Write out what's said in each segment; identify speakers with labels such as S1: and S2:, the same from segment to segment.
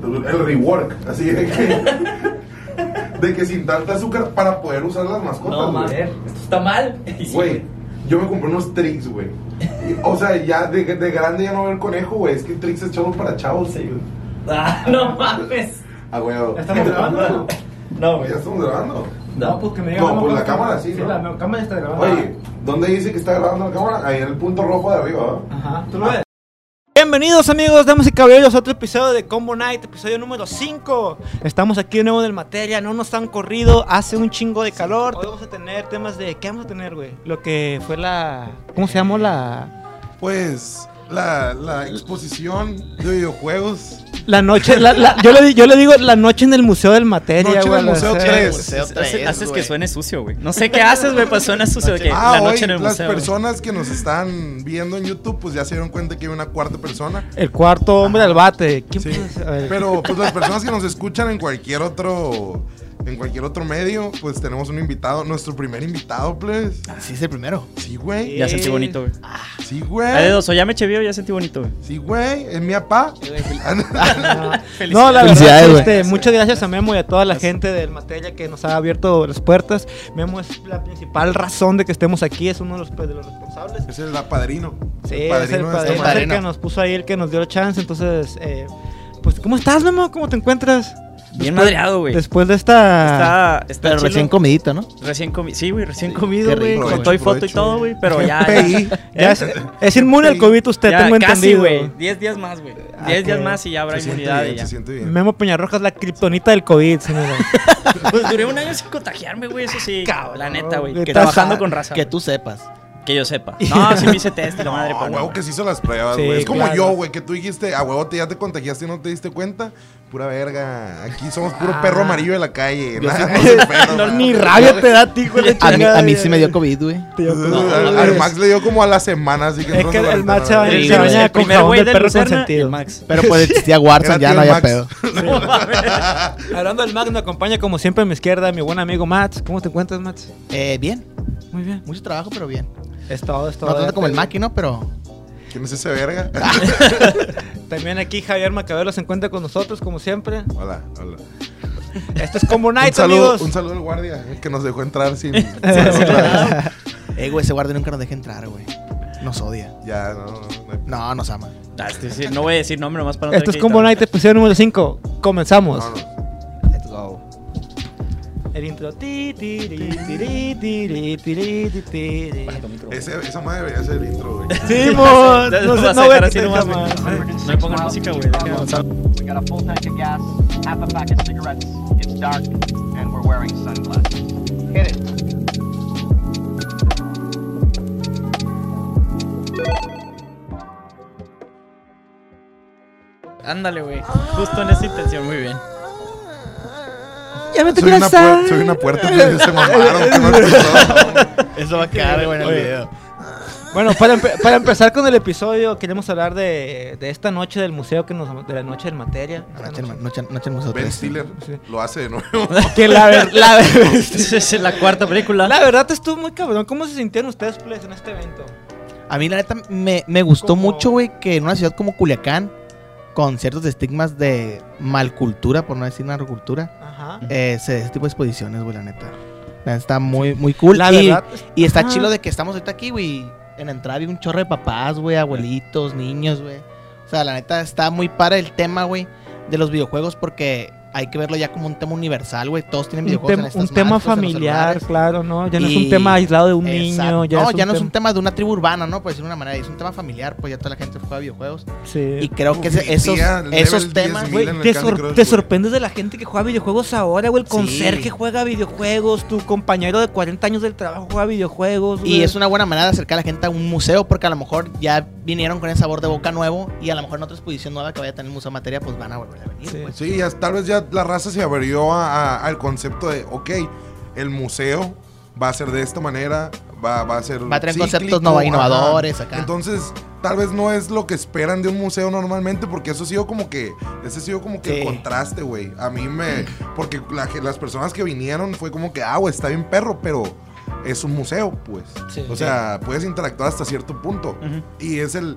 S1: el rework, así de que, de que sin tanta azúcar para poder usar las mascotas,
S2: No,
S1: güey.
S2: mames, esto está mal. Y sí,
S1: Güey, yo me compré unos Trix, güey. Y, O sea, ya de, de grande ya no veo el conejo, güey. Es que Trix es chavo para chavos.
S2: Sí, güey. Ah, no mames.
S1: Ah, güey.
S3: ¿Estamos grabando?
S2: No, güey.
S1: Ya estamos grabando.
S3: No,
S2: No,
S3: pues que me digan.
S1: No, pues la cámara sí,
S3: Sí,
S1: ¿no?
S3: la cámara está grabando.
S1: Oye, ¿dónde dice que está grabando la cámara? Ahí en el punto rojo de arriba, ¿verdad?
S3: Ajá, tú lo
S1: Ah.
S3: ves.
S4: Bienvenidos amigos, damas y caballeros a otro episodio de Combo Night, episodio número 5. Estamos aquí de nuevo en el materia, no nos han corrido, hace un chingo de calor. Hoy vamos a tener temas de... ¿Qué vamos a tener, güey? Lo que fue la... ¿Cómo se llamó la...
S5: Pues la, la exposición de videojuegos.
S4: La noche... la- la- yo, le, di- yo le digo la noche en el Museo del Materia,
S5: Noche en
S4: güey,
S5: el
S4: a las
S5: Museo
S4: seis.
S5: tres.
S6: museo
S7: Hace-
S6: otra vez,
S7: haces
S6: güey.
S7: que suene sucio, güey. No sé qué haces, güey, pero suena sucio. de que
S5: Ah,
S7: Eh, la noche
S5: hoy
S7: en el
S5: las
S7: museo.
S5: personas que nos están viendo en YouTube pues ya se dieron cuenta que hay una cuarta persona.
S4: El cuarto hombre al bate. ¿Quién
S5: Sí.
S4: puede ser? A ver.
S5: Pero pues las personas que nos escuchan en cualquier otro en cualquier otro medio, pues tenemos un invitado, nuestro primer invitado, please.
S7: Sí, es el primero.
S5: Sí, güey.
S7: Ya sentí bonito, güey.
S5: Sí,
S7: Hay de
S5: güey.
S7: dos, o ya me eché vivo, ya sentí bonito, güey.
S5: Sí, güey, es mi papá.
S4: No, la verdad,
S6: Felicidades,
S4: sí,
S6: güey.
S4: este, muchas gracias a Memo y a toda la gente del Materia que nos ha abierto las puertas. Memo es la principal razón de que estemos aquí, es uno de los, pues, de los responsables.
S5: Es el padrino.
S4: Sí, es el
S5: de este esta
S4: padrino, es el
S5: madre.
S4: que nos puso ahí, el que nos dio la chance. Entonces, eh, pues, ¿cómo estás, Memo? ¿Cómo te encuentras?
S7: Bien madreado, güey.
S4: Después de esta...
S7: Está, está
S6: Pero
S7: chilo.
S6: recién comidito, ¿no?
S7: Recién comi- Sí, güey, recién
S6: Sí,
S7: comido,
S6: qué
S7: güey.
S6: rico,
S7: Con
S5: güey.
S7: todo y foto y
S5: Provecho,
S7: todo,
S5: güey.
S7: güey. Pero ya.
S5: PI.
S4: Ya es, es inmune al COVID usted,
S7: ya
S4: tengo
S7: casi,
S4: entendido.
S7: güey. 10 días más, güey. 10
S4: Ah,
S7: días
S4: que
S7: más y ya habrá
S5: Se siente
S7: inmunidad.
S5: bien,
S7: y ya.
S5: se siente bien.
S4: Memo Peñarroja es la kriptonita del COVID, señora.
S7: Pues duré un año sin contagiarme, güey. Eso sí.
S4: Cabrón,
S7: la neta, güey.
S4: güey,
S7: Que
S4: estás-
S7: trabajando con raza.
S6: Que
S7: Que,
S6: tú sepas.
S7: que yo sepa. No, sí me hice test y la madre,
S5: No, a
S7: pero.
S5: Ah, huevo que se hizo las pruebas,
S4: Sí,
S5: güey. es como
S4: claro.
S5: yo, güey, que tú dijiste, a huevo te, ya te contagiaste y no te diste cuenta. Pura verga. Aquí somos puro perro amarillo de la calle. nada más el perro,
S4: Ah. No,
S5: nada.
S4: ni rabia te da a ti, güey. la
S6: A mí,
S4: chingada,
S6: a mí
S4: güey.
S6: sí me dio COVID, güey.
S4: Te dio
S5: Entonces,
S4: COVID.
S5: al, al Max le dio como a la semana, así que
S4: Es
S5: entró
S4: que
S5: en la
S4: el Max se
S5: cuarentena,
S4: baña,
S7: Sí,
S4: se
S7: güey,
S4: baña
S7: el
S4: con
S7: primer
S4: jabón
S7: güey
S4: de
S7: de
S4: perro
S7: Lucerna, el
S4: consentido.
S7: Max.
S6: Pero pues existía Warzone,
S5: Era
S6: ya
S5: tío
S6: no había
S5: Max.
S6: pedo.
S4: Hablando del Max, me acompaña como siempre a mi izquierda mi buen amigo Mats. ¿Cómo te encuentras, Mats?
S6: Eh, bien.
S4: Muy bien.
S6: Mucho trabajo, pero bien.
S4: Es todo, es todo.
S6: No tanto como el Maki, ¿no? Pero.
S5: ¿Quién es ese verga?
S4: También aquí Javier Macabelo se encuentra con nosotros, como siempre.
S5: hola, hola.
S4: Esto es Combo
S5: Un
S4: Night,
S5: saludo,
S4: amigos.
S5: un saludo al guardia eh, que nos dejó entrar sin.
S6: Eh, güey, ese guardia nunca nos deja entrar, güey. Nos odia.
S5: ya, no, no, no.
S6: No, nos ama.
S7: Ah, este, sí, no voy a decir nombre nomás para no
S4: Esto
S7: tener
S4: es
S7: que
S4: Combo
S7: editar.
S4: Night, episodio número 5. Comenzamos.
S5: No, no.
S6: Let's go.
S4: El intro. Ti, ti, ri, ti, ri, ti, ri, ti, ri, ti, ti, ri.
S5: Ese, esa madre debería ser el intro, güey.
S4: Sí, mo,
S7: Ya
S4: no
S7: lo
S4: sé,
S7: vas
S4: no
S7: a
S4: voy a
S7: dejar así
S4: quitar
S7: nomás, güey.
S4: jamás.
S7: No me pongan música, güey. deja de avanzar.
S8: We got a full tank of gas, half a pack of cigarettes. It's dark, and we're wearing sunglasses. Hit it.
S7: Ándale, güey. Justo en esa intención, muy bien.
S4: Ya me
S5: Soy
S4: quiero
S5: una, puer- soy una puerta, pero se mamaron. que no escucharon.
S6: Eso va a quedar, güey, en el
S4: Oye.
S6: video.
S4: Bueno, para, empe- para empezar con el episodio, queremos hablar de, de esta noche del museo, que nos, de la noche del materia. Esta
S6: Noche
S4: noche.
S6: en- Noche en- noche en museo
S5: Ben
S6: tres.
S5: Stiller
S4: Sí.
S5: lo hace de nuevo.
S4: Que la, ver- la, ver-
S7: Esa es la cuarta película.
S4: la verdad estuvo muy cabrón. ¿Cómo se sintieron ustedes, please, en este evento?
S6: A mí, la neta, me, me gustó
S4: Como-
S6: mucho, güey, que en una ciudad como Culiacán, con ciertos estigmas de malcultura, por no decir narcocultura,
S4: Ajá.
S6: eh, se ese tipo de exposiciones, güey, la neta. La neta está muy, muy cool.
S4: La
S6: y,
S4: verdad,
S6: y está
S4: ajá.
S6: chilo de que estamos ahorita aquí, güey. En la entrada había un chorro de papás, güey, abuelitos, niños, güey. O sea, la neta está muy para el tema, güey, de los videojuegos porque hay que verlo ya como un tema universal, güey. Todos tienen
S4: un,
S6: videojuegos
S4: tem-
S6: en
S4: un
S6: estas
S4: tema
S6: marcas, en los
S4: familiar,
S6: celulares.
S4: claro, ¿no? Ya no es un
S6: Y-
S4: tema aislado de un
S6: Exacto.
S4: niño. Ya
S6: no,
S4: es
S6: ya no es un
S4: tema.
S6: tema de una tribu urbana, ¿no? Por decirlo de una manera, es un tema familiar, pues ya toda la gente juega videojuegos.
S4: Sí.
S6: Y creo que
S5: Uf,
S6: ese-
S5: mi
S6: esos,
S5: tía, level
S6: esos
S5: 10.000
S6: temas,
S5: en
S6: güey.
S5: el Candy
S4: te, sor-
S5: Crush,
S4: te
S5: güey.
S4: sorprendes de la gente que juega videojuegos ahora, güey. El
S6: Sí.
S4: conserje juega videojuegos, tu compañero de 40 años del trabajo juega videojuegos.
S6: Y
S4: güey.
S6: es una buena manera de acercar a la gente a un museo, porque a lo mejor ya vinieron con el sabor de boca nuevo y a lo mejor en otra exposición nueva que vaya a tener el Museo Materia, pues van a volver a venir.
S4: Sí.
S6: pues.
S5: Sí, ya, tal vez ya la raza se abrió a- a- al concepto de, ok, el museo va a ser de esta manera, va, va a ser...
S6: Va a tener
S5: cíclico,
S6: conceptos nova- innovadores acá.
S5: Entonces, tal vez no es lo que esperan de un museo normalmente, porque eso ha sido como que, ese ha sido como que
S6: Sí. Mm.
S5: el contraste, güey. A mí me... Porque la ge- las personas que vinieron fue como que, ah, güey, está bien perro, pero... Es un museo, pues.
S4: Sí.
S5: o sea, puedes interactuar hasta cierto punto.
S7: Ujú.
S5: Y es el.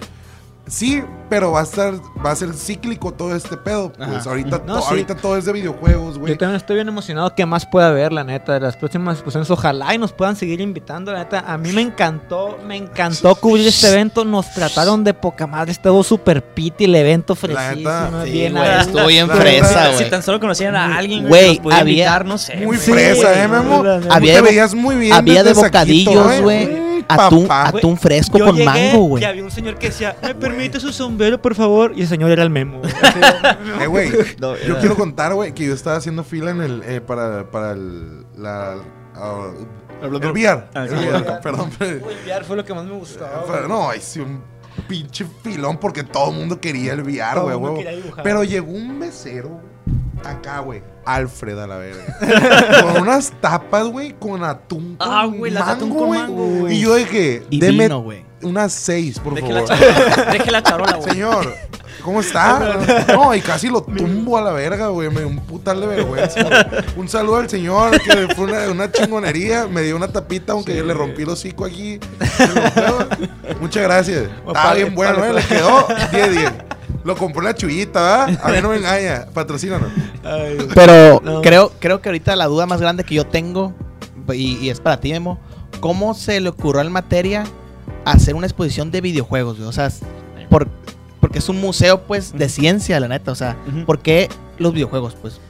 S5: Sí, pero va a estar, va a ser cíclico todo este pedo. Pues
S6: Ajá.
S5: ahorita,
S4: No,
S5: to-
S4: sí.
S5: ahorita todo es de videojuegos, güey.
S4: Yo también estoy bien emocionado que más pueda haber, la neta, de las próximas exposiciones. Ojalá y nos puedan seguir invitando, la neta. A mí me encantó, me encantó cubrir este evento. Nos trataron de poca madre. Estuvo super piti el evento
S5: La
S4: fresísimo.
S5: neta,
S6: Sí,
S4: bien
S6: güey,
S4: a gusto.
S6: estuvo bien
S5: La
S6: fresa,
S5: neta,
S7: Si
S6: Ah, güey.
S7: tan solo conocían a alguien,
S6: Güey,
S7: güey, que nos pudiera
S6: había-
S7: invitar, no sé.
S5: Muy
S7: güey.
S5: fresa,
S4: güey.
S5: ¿eh, Memo?
S4: La neta.
S5: Había
S6: Había
S5: te
S6: de bo-
S5: veías muy bien.
S6: Había de
S5: desde saquito,
S6: bocadillos, güey.
S5: Güey,
S6: Atún,
S5: papá.
S6: atún fresco
S4: Yo
S6: con
S4: llegué
S6: mango, güey.
S4: Y había un señor que decía, ¿me permite su sombrero, por favor? Y el señor era el memo. güey.
S5: Eh, güey,
S7: No,
S5: yo
S7: era-
S5: quiero contar, güey, que yo estaba haciendo fila en el, eh, para, para el, la, ah, el VR.
S7: Ah, sí.
S5: El VR, Perdón, pero-
S4: Uy, VR fue lo que más me gustó.
S5: pero no, hice un pinche filón porque todo el mundo quería el VR,
S4: Todo
S5: güey,
S4: el mundo
S5: huevo.
S4: quería dibujar.
S5: Pero llegó un mesero acá, güey. Alfred a la verga. con unas tapas, güey, con atún. Con
S7: Ah, güey, las atún con
S5: güey.
S7: mango, güey.
S5: Y yo dije,
S6: Y
S5: deme
S6: vino, güey.
S5: unas seis, por
S7: Deje
S6: eh,
S7: la
S5: favor.
S7: charola, deje la charola, güey.
S5: Señor, ¿cómo está? No, y casi lo tumbo a la verga, güey. Me dio un putal de vergüenza. güey. Un saludo al señor, que fue una, una chingonería. Me dio una tapita, aunque yo le rompí el hocico aquí. Se lo fue. Muchas gracias. Está bien bueno, ¿eh? Le quedó 10 10. Lo compró la chuyita, ¿verdad? A mí no me engaña. Patrocínanos.
S6: Pero
S4: No.
S6: creo, creo que ahorita la duda más grande que yo tengo, y, y es para ti, Memo, ¿cómo se le ocurrió al materia hacer una exposición de videojuegos? güey? O sea, es- por- porque es un museo, pues, de ciencia, la neta. O sea,
S7: Ujú.
S6: ¿por qué los videojuegos, pues?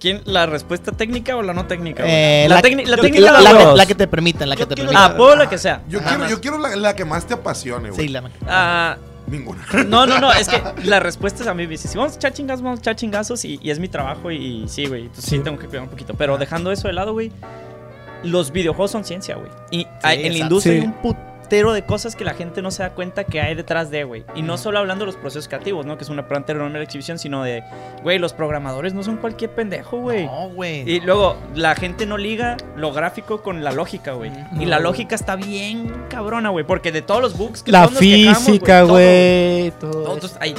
S7: ¿Quién, ¿La respuesta técnica o la no técnica? güey?
S6: Eh,
S7: la, técnica la
S6: yo-
S7: técnica
S6: la,
S7: de
S6: la
S7: los
S6: que-
S7: dos.
S6: la que te permitan, la que te permitan.
S7: Ah, puedo la que sea.
S5: Yo
S7: Nada
S5: quiero,
S7: más.
S5: yo quiero la, la que más te apasione, güey.
S6: Sí, la-
S7: Ah,
S5: Ninguna.
S7: no, no, no, es que la respuesta es a mí. Si vamos a echar chingazos, vamos a echar chingazos y, y es mi trabajo y, y sí, güey. Entonces sí.
S4: Sí.
S7: tengo que cuidar un poquito. Pero dejando eso de lado, güey, los videojuegos son ciencia, güey. Y hay- en la
S6: exacto.
S7: industria
S4: Sí.
S7: hay un putero de cosas que la gente no se da cuenta que hay detrás de, güey. Y no solo hablando de los procesos creativos, ¿no? Que es una planta enorme la exhibición, sino de, güey, los programadores no son cualquier pendejo, güey.
S6: No, güey.
S7: Y luego, la gente no liga lo gráfico con la lógica, güey. y la lógica está bien cabrona, güey. Porque de todos los bugs que
S4: La
S7: todos nos quejamos,
S4: física,
S7: todo,
S4: güey. Todo.
S7: todo, entonces, hay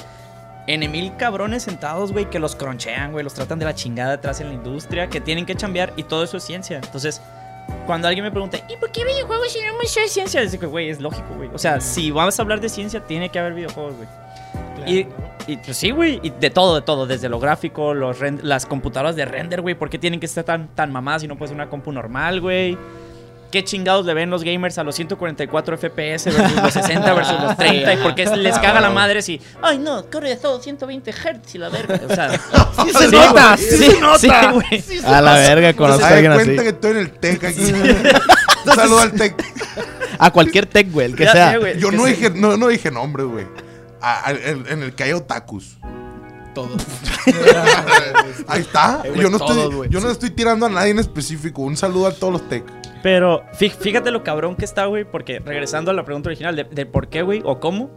S7: N mil cabrones sentados, güey, que los cronchean, güey. Los tratan de la chingada atrás en la industria. Que tienen que chambear. Y todo eso es ciencia. Entonces, cuando alguien me pregunta, ¿y por qué videojuegos si no hay mucha ciencia? Dice que, güey, es lógico, güey. O sea, si vamos a hablar de ciencia, tiene que haber videojuegos, güey. Y, y, pues sí, güey, y de todo, de todo, desde lo gráfico, los ren- las computadoras de render, güey, ¿por qué tienen que estar tan, tan mamadas y no puede ser una compu normal, güey? ¿Qué chingados le ven los gamers a los 144 FPS versus los 60 versus los 30? ¿Y por qué les caga la madre si, "Ah, ay no, corre a todo 120 Hz y la verga? O sea, sí se nota, sí, sí, güey.
S6: A la verga, conocer
S5: Se
S6: a alguien
S5: da
S6: así.
S5: cuenta que estoy en el tech aquí. Un saludo al tech.
S6: A cualquier tech, güey, el que
S7: Ya sé,
S6: sea.
S7: güey,
S5: Yo
S7: que
S5: no
S7: sí.
S5: dije, no, no dije nombres, güey. A- al- En en el que hay otakus.
S6: Todo. Este,
S5: Ahí está.
S6: Eh, güey,
S5: Yo no,
S6: todos,
S5: estoy,
S6: güey.
S5: yo no estoy tirando a nadie en específico. Un saludo a todos los tech.
S7: Pero fí- fíjate lo cabrón que está, güey, porque regresando a la pregunta original de, de por qué, güey, o cómo.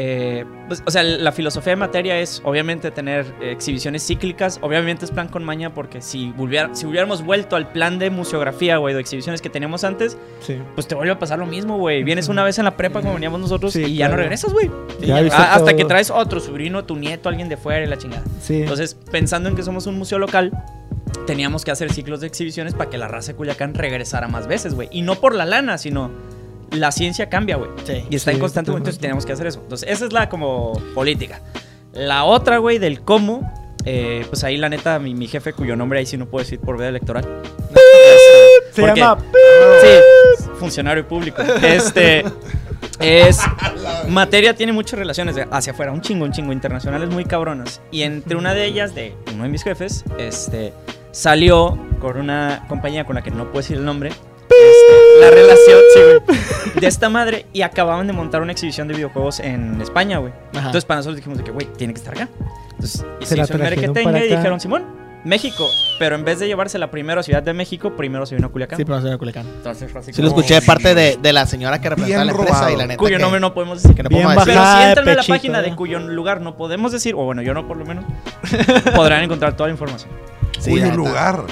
S7: eh, pues, o sea, la filosofía de materia es obviamente tener eh, exhibiciones cíclicas. Obviamente es plan con maña, porque si, volviera- si hubiéramos vuelto al plan de museografía, güey, de exhibiciones que teníamos antes,
S4: Sí.
S7: pues te vuelve a pasar lo mismo, güey. Vienes una vez en la prepa como veníamos nosotros
S4: Sí,
S7: y ya no
S4: claro.
S7: regresas, güey.
S4: Ya
S7: Y ya-
S4: viste
S7: a- hasta
S4: todo.
S7: que traes otro sobrino, tu nieto, alguien de fuera y la chingada.
S4: Sí.
S7: Entonces, pensando en que somos un museo local, teníamos que hacer ciclos de exhibiciones para que la raza de Culiacán regresara más veces, güey. Y no por la lana, sino la ciencia cambia, güey.
S6: Sí.
S7: Y está
S4: Sí,
S7: en constante
S4: totalmente.
S7: movimiento, entonces tenemos que hacer eso. Entonces, esa es la como política. La otra, güey, del cómo, eh, pues ahí la neta, mi, mi jefe, cuyo nombre ahí sí no puedo decir por veda electoral. Este,
S4: Se
S7: porque-
S4: llama
S7: Sí, funcionario público. Este es materia tiene muchas relaciones de- hacia afuera, un chingo, un chingo internacionales muy cabronas. Y entre una de ellas de uno de mis jefes, este salió con una compañía con la que no puedo decir el nombre. este, la relación sí, güey, de esta madre y acababan de montar una exhibición de videojuegos en España, güey.
S6: Ajá.
S7: Entonces para nosotros dijimos de que, güey, tiene que estar acá. Entonces, y
S4: Se
S7: se
S4: la
S7: hizo el
S4: trajeron
S7: merequetengue
S4: para
S7: y
S4: acá.
S7: dijeron, Simón, México. Pero en vez de llevársela primero a Ciudad de México, primero se vino a Culiacán.
S6: Sí, pero no soy de Culiacán.
S7: Entonces fue así
S6: Sí lo
S7: como-
S6: escuché de parte de, de la señora que representa a la
S5: Bien
S6: empresa y
S5: robado.
S6: la neta.
S7: Cuyo
S6: que-
S7: nombre no podemos decir.
S6: que no
S4: Bien
S6: pongo
S4: bajado.
S7: Pero
S4: Bajada
S7: si
S4: de
S7: entran a la
S4: pechito,
S7: página de
S4: ¿no?
S7: cuyo lugar no podemos decir, o bueno, yo no por lo menos, podrán encontrar toda la información.
S6: Sí,
S5: Cuyo
S6: la neta.
S5: lugar.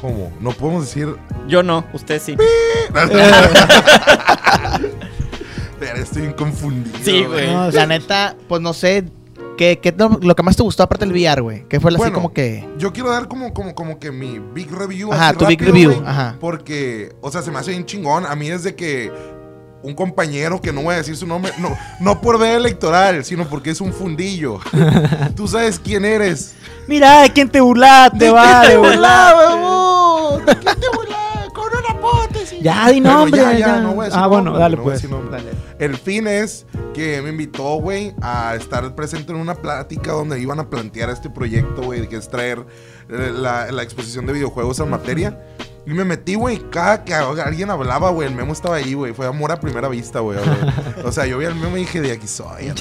S5: ¿Cómo? No podemos decir.
S7: Yo no, usted sí.
S5: Verga, Estoy bien confundido.
S7: Sí, güey.
S4: No,
S6: La neta, pues no sé. ¿Qué, qué es lo, lo que más te gustó aparte del VR, güey? ¿Qué fue así
S5: Bueno.
S6: como que.?
S5: Yo quiero dar como, como, como que mi big review.
S6: Ajá,
S5: así
S6: tu big
S5: rápido,
S6: review,
S5: güey,
S6: ajá.
S5: Porque, o sea, se me hace bien chingón. A mí desde que un compañero que no voy a decir su nombre, no, no por veda electoral, sino porque es un fundillo. Tú sabes quién eres.
S4: Mira, ¿de quién te burlaste, vale, burla?
S5: huevón! ¿De quién te burlaba? ¡Con una hipótesis!
S4: Ya, di
S5: Pero
S4: nombre.
S5: ya, ya, no voy a decir
S4: ah, bueno,
S5: nombre,
S4: dale
S5: no voy a
S4: pues.
S5: decir nombre.
S4: Dale.
S5: El fin es que me invitó, güey, a estar presente en una plática donde iban a plantear este proyecto, güey, que es traer eh, la, la exposición de videojuegos a materia. Y me metí, güey, cada que alguien hablaba, güey, el memo estaba ahí, güey. Fue amor a primera vista, güey. güey. O sea, yo vi al memo y dije, de aquí soy. a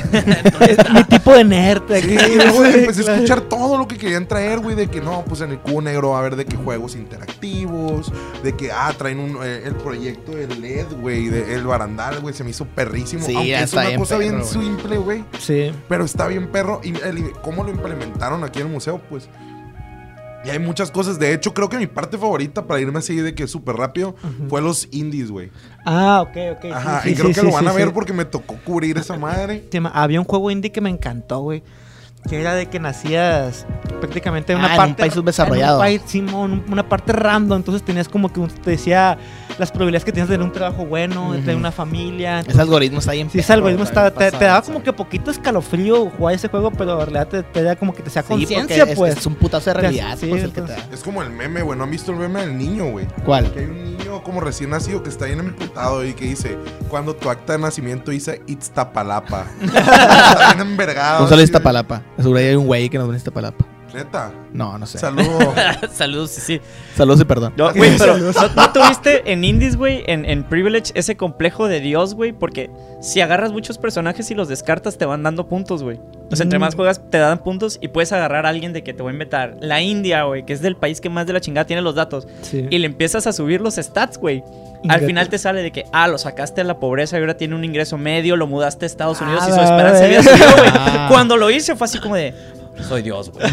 S5: la
S4: Es mi tipo de nerd.
S5: Sí,
S4: aquí,
S5: luego
S4: güey,
S5: empecé a
S4: claro.
S5: escuchar todo lo que querían traer, güey, de que no, pues en el cubo negro va a haber de que juegos interactivos, de que, ah, traen un, eh, el proyecto del LED, güey, de- el barandal, güey, se me hizo perrísimo.
S6: Sí,
S5: aunque
S6: ya
S5: es
S6: está
S5: una
S6: bien
S5: cosa bien
S6: perro, güey.
S5: simple, güey,
S4: Sí.
S5: pero está bien perro. Y el- cómo lo implementaron aquí en el museo, pues... Y hay muchas cosas. De hecho, creo que mi parte favorita para irme así de que súper rápido fue los indies, güey.
S4: Ah, ok, ok. sí,
S5: Ajá.
S4: sí,
S5: y creo
S4: sí,
S5: que
S4: sí,
S5: lo van
S4: sí,
S5: a ver
S4: sí.
S5: porque me tocó cubrir esa madre.
S4: Se llama- Había un juego indie que me encantó, güey. Que era de que nacías prácticamente en
S6: Ah,
S4: una
S6: en un
S4: parte.
S6: país
S4: en
S6: subdesarrollado.
S4: un país, Simón, un- una parte random. Entonces tenías como que un- te decía las probabilidades que tienes de tener un trabajo bueno, de tener
S6: Ujú.
S4: una familia.
S6: Ese algoritmo está bien.
S4: Sí, ese
S6: perro,
S4: algoritmo
S6: está bien
S4: está, te, te
S6: pasado,
S4: daba
S6: sí.
S4: como que poquito escalofrío jugar ese juego, pero en realidad te, te da como que te sea
S6: Sí,
S4: conciencia,
S6: porque es-
S4: pues.
S6: Es, un putazo de
S4: Te-
S6: realidad,
S4: sí,
S6: pues, el que te
S4: entonces-
S5: Es como el meme, güey. ¿No han visto el meme del niño, güey?
S6: da. ¿Cuál?
S5: Que hay un niño como recién nacido que está bien emputado y que dice, cuando tu acta de nacimiento dice Iztapalapa. está bien
S7: Ah,
S5: envergado.
S6: Un saludo a
S5: así de-
S6: Iztapalapa. Seguro ahí hay un güey que nos ve en Iztapalapa.
S5: Neta.
S6: No, no sé.
S5: Saludo.
S7: Saludos, sí, sí.
S6: Saludos y perdón.
S7: No, güey, pero ¿no, no tuviste en Indies, güey, en, en Privilege, ese complejo de Dios, güey? Porque si agarras muchos personajes y los descartas, te van dando puntos, güey. O sea,
S4: Mm.
S7: entre más juegas, te dan puntos y puedes agarrar a alguien de que te voy a inventar. La India, güey, que es del país que más de la chingada tiene los datos.
S4: Sí.
S7: Y le empiezas a subir los stats, güey. Al final te sale de que, ah, lo sacaste de la pobreza y ahora tiene un ingreso medio, lo mudaste a Estados Unidos y su
S4: Ah,
S7: esperanza de vida
S4: güey.
S7: subió, güey.
S6: Ah.
S7: Cuando lo hice fue así como de, soy Dios, güey.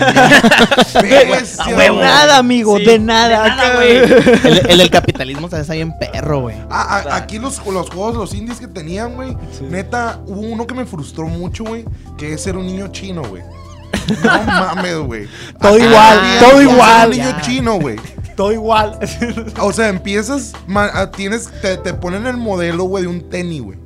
S5: Bestia,
S7: a
S4: De
S7: huevo.
S5: güey.
S4: nada, amigo,
S7: Sí,
S4: de nada.
S7: de nada,
S4: acá.
S7: güey.
S6: El, el del capitalismo también está bien perro, güey.
S5: Ah, ah, aquí los, los juegos, los indies que tenían, güey. Neta, hubo uno que me frustró mucho, güey. Que es ser un niño chino, güey. No mames, güey.
S4: Todo
S5: Acá
S4: igual,
S5: había-
S4: todo
S5: ser
S4: igual.
S5: Un niño
S6: Ya.
S5: chino, güey.
S4: Todo igual.
S5: O sea, empiezas, ma- a- tienes, te, te ponen el modelo, güey, de un tenis, güey.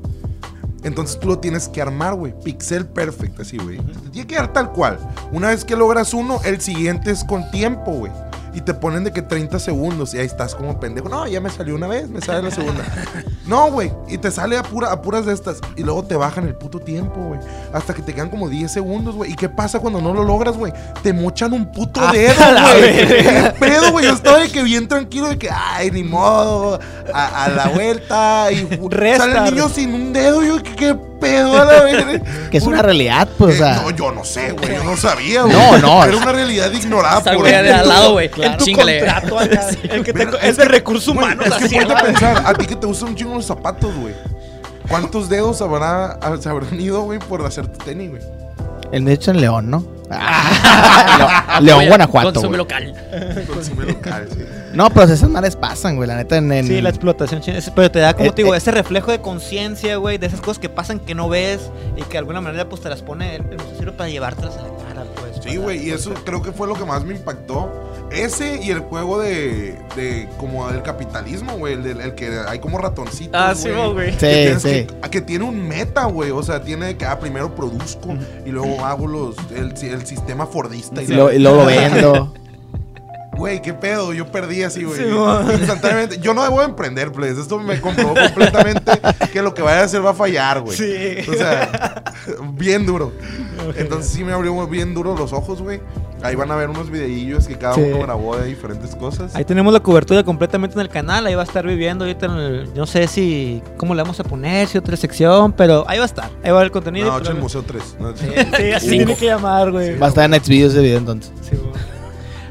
S5: Entonces tú lo tienes que armar, güey. Pixel perfect, así, güey. Te tiene que dar tal cual. Una vez que logras uno, el siguiente es con tiempo, güey. Y te ponen de que 30 segundos. Y ahí estás como pendejo. No, ya me salió una vez, me sale la segunda. No, güey. Y te sale a, pura- a puras de estas. Y luego te bajan el puto tiempo, güey. Hasta que te quedan como 10 segundos, güey. ¿Y qué pasa cuando no lo logras, güey? Te mochan un puto dedo, güey. ¿Qué pedo, güey? Yo estaba de que bien tranquilo, de que, ay, ni modo. A, a la vuelta. Y
S4: Resta,
S5: sale el niño
S4: resta.
S5: sin un dedo. Yo, ¿qué, qué pedo a la verga?
S6: Que es una
S5: Una-
S6: realidad, pues, o
S5: eh,
S6: sea.
S5: no, yo no sé, güey. Yo no sabía, güey.
S6: No, no.
S5: Era una realidad ignorada
S7: Esa
S5: por
S7: güey de al lado, güey.
S6: Ah, Claro.
S7: Claro. Chingale.
S4: El que te- es de recursos
S5: Güey,
S4: humanos.
S5: es que
S4: así,
S5: ponte a
S4: güey.
S5: pensar, a ti que te gustan un chingo los zapatos, güey. ¿Cuántos dedos habrá, ah, se habrán ido, güey, por hacer tu tenis, güey?
S6: El de hecho en León, ¿no? León- León, Guanajuato.
S7: Ah. Consume
S6: güey.
S7: local.
S5: Consume local, sí.
S6: No, pero esas madres pasan, güey. La neta en. en-
S4: Sí, la explotación china. Ese- Pero te da, como
S6: Eh,
S4: te digo,
S6: eh.
S4: ese reflejo de conciencia, güey, de esas cosas que pasan que no ves y que de alguna manera pues te las pone el el museo para llevártelas a la cara, pues.
S5: Sí,
S4: para-
S5: güey, y eso creo que fue lo que más me impactó. Ese y el juego de, de como del capitalismo, güey, el, del- el que hay como ratoncitos,
S7: Ah, sí, güey.
S5: que
S6: Sí,
S5: tienes
S6: sí.
S5: que- que tiene un meta, güey. O sea, tiene que ah, primero produzco y luego hago los el, el sistema fordista.
S6: Y
S5: la-
S6: lo- y luego lo vendo.
S5: Güey, qué pedo, yo perdí así, güey.
S4: Sí, mo.
S5: Instantáneamente. Yo no debo emprender, please. Esto me comprobó completamente que lo que vaya a hacer va a fallar, güey.
S4: Sí.
S5: O sea, bien duro. Entonces sí me abrió bien duro los ojos, güey. Ahí van a ver unos videillos que cada
S4: Sí.
S5: uno grabó de diferentes cosas.
S4: Ahí tenemos la cobertura completamente en el canal, ahí va a estar viviendo ahorita en el- no sé si cómo le vamos a poner, si otra sección, pero ahí va a estar, ahí va a haber el contenido.
S5: No,
S4: y
S5: Noche en
S4: probablemente-
S5: Museo 3.
S4: Sí, así
S5: Cinco.
S4: tiene que llamar, güey.
S6: Va a estar en Next Videos de video entonces.
S4: Sí, güey.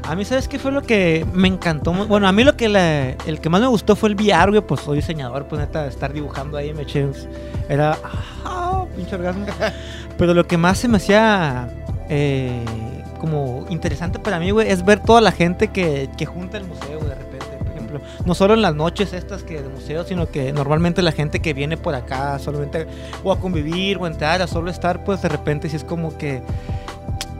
S4: A mí, ¿sabes qué fue lo que me encantó? mu- Bueno, a mí lo que la- el que más me gustó fue el VR, güey. Pues soy diseñador, pues neta, estar dibujando ahí me eché. Era. ¡Ah! Pinche orgasmo. Pero lo que más se me hacía. eh, como interesante para mí, güey, es ver toda la gente que, que junta el museo, güey, de repente. Por ejemplo, no solo en las noches estas que del museo, sino que normalmente la gente que viene por acá solamente o a convivir o a entrar, a solo estar, pues de repente sí es como que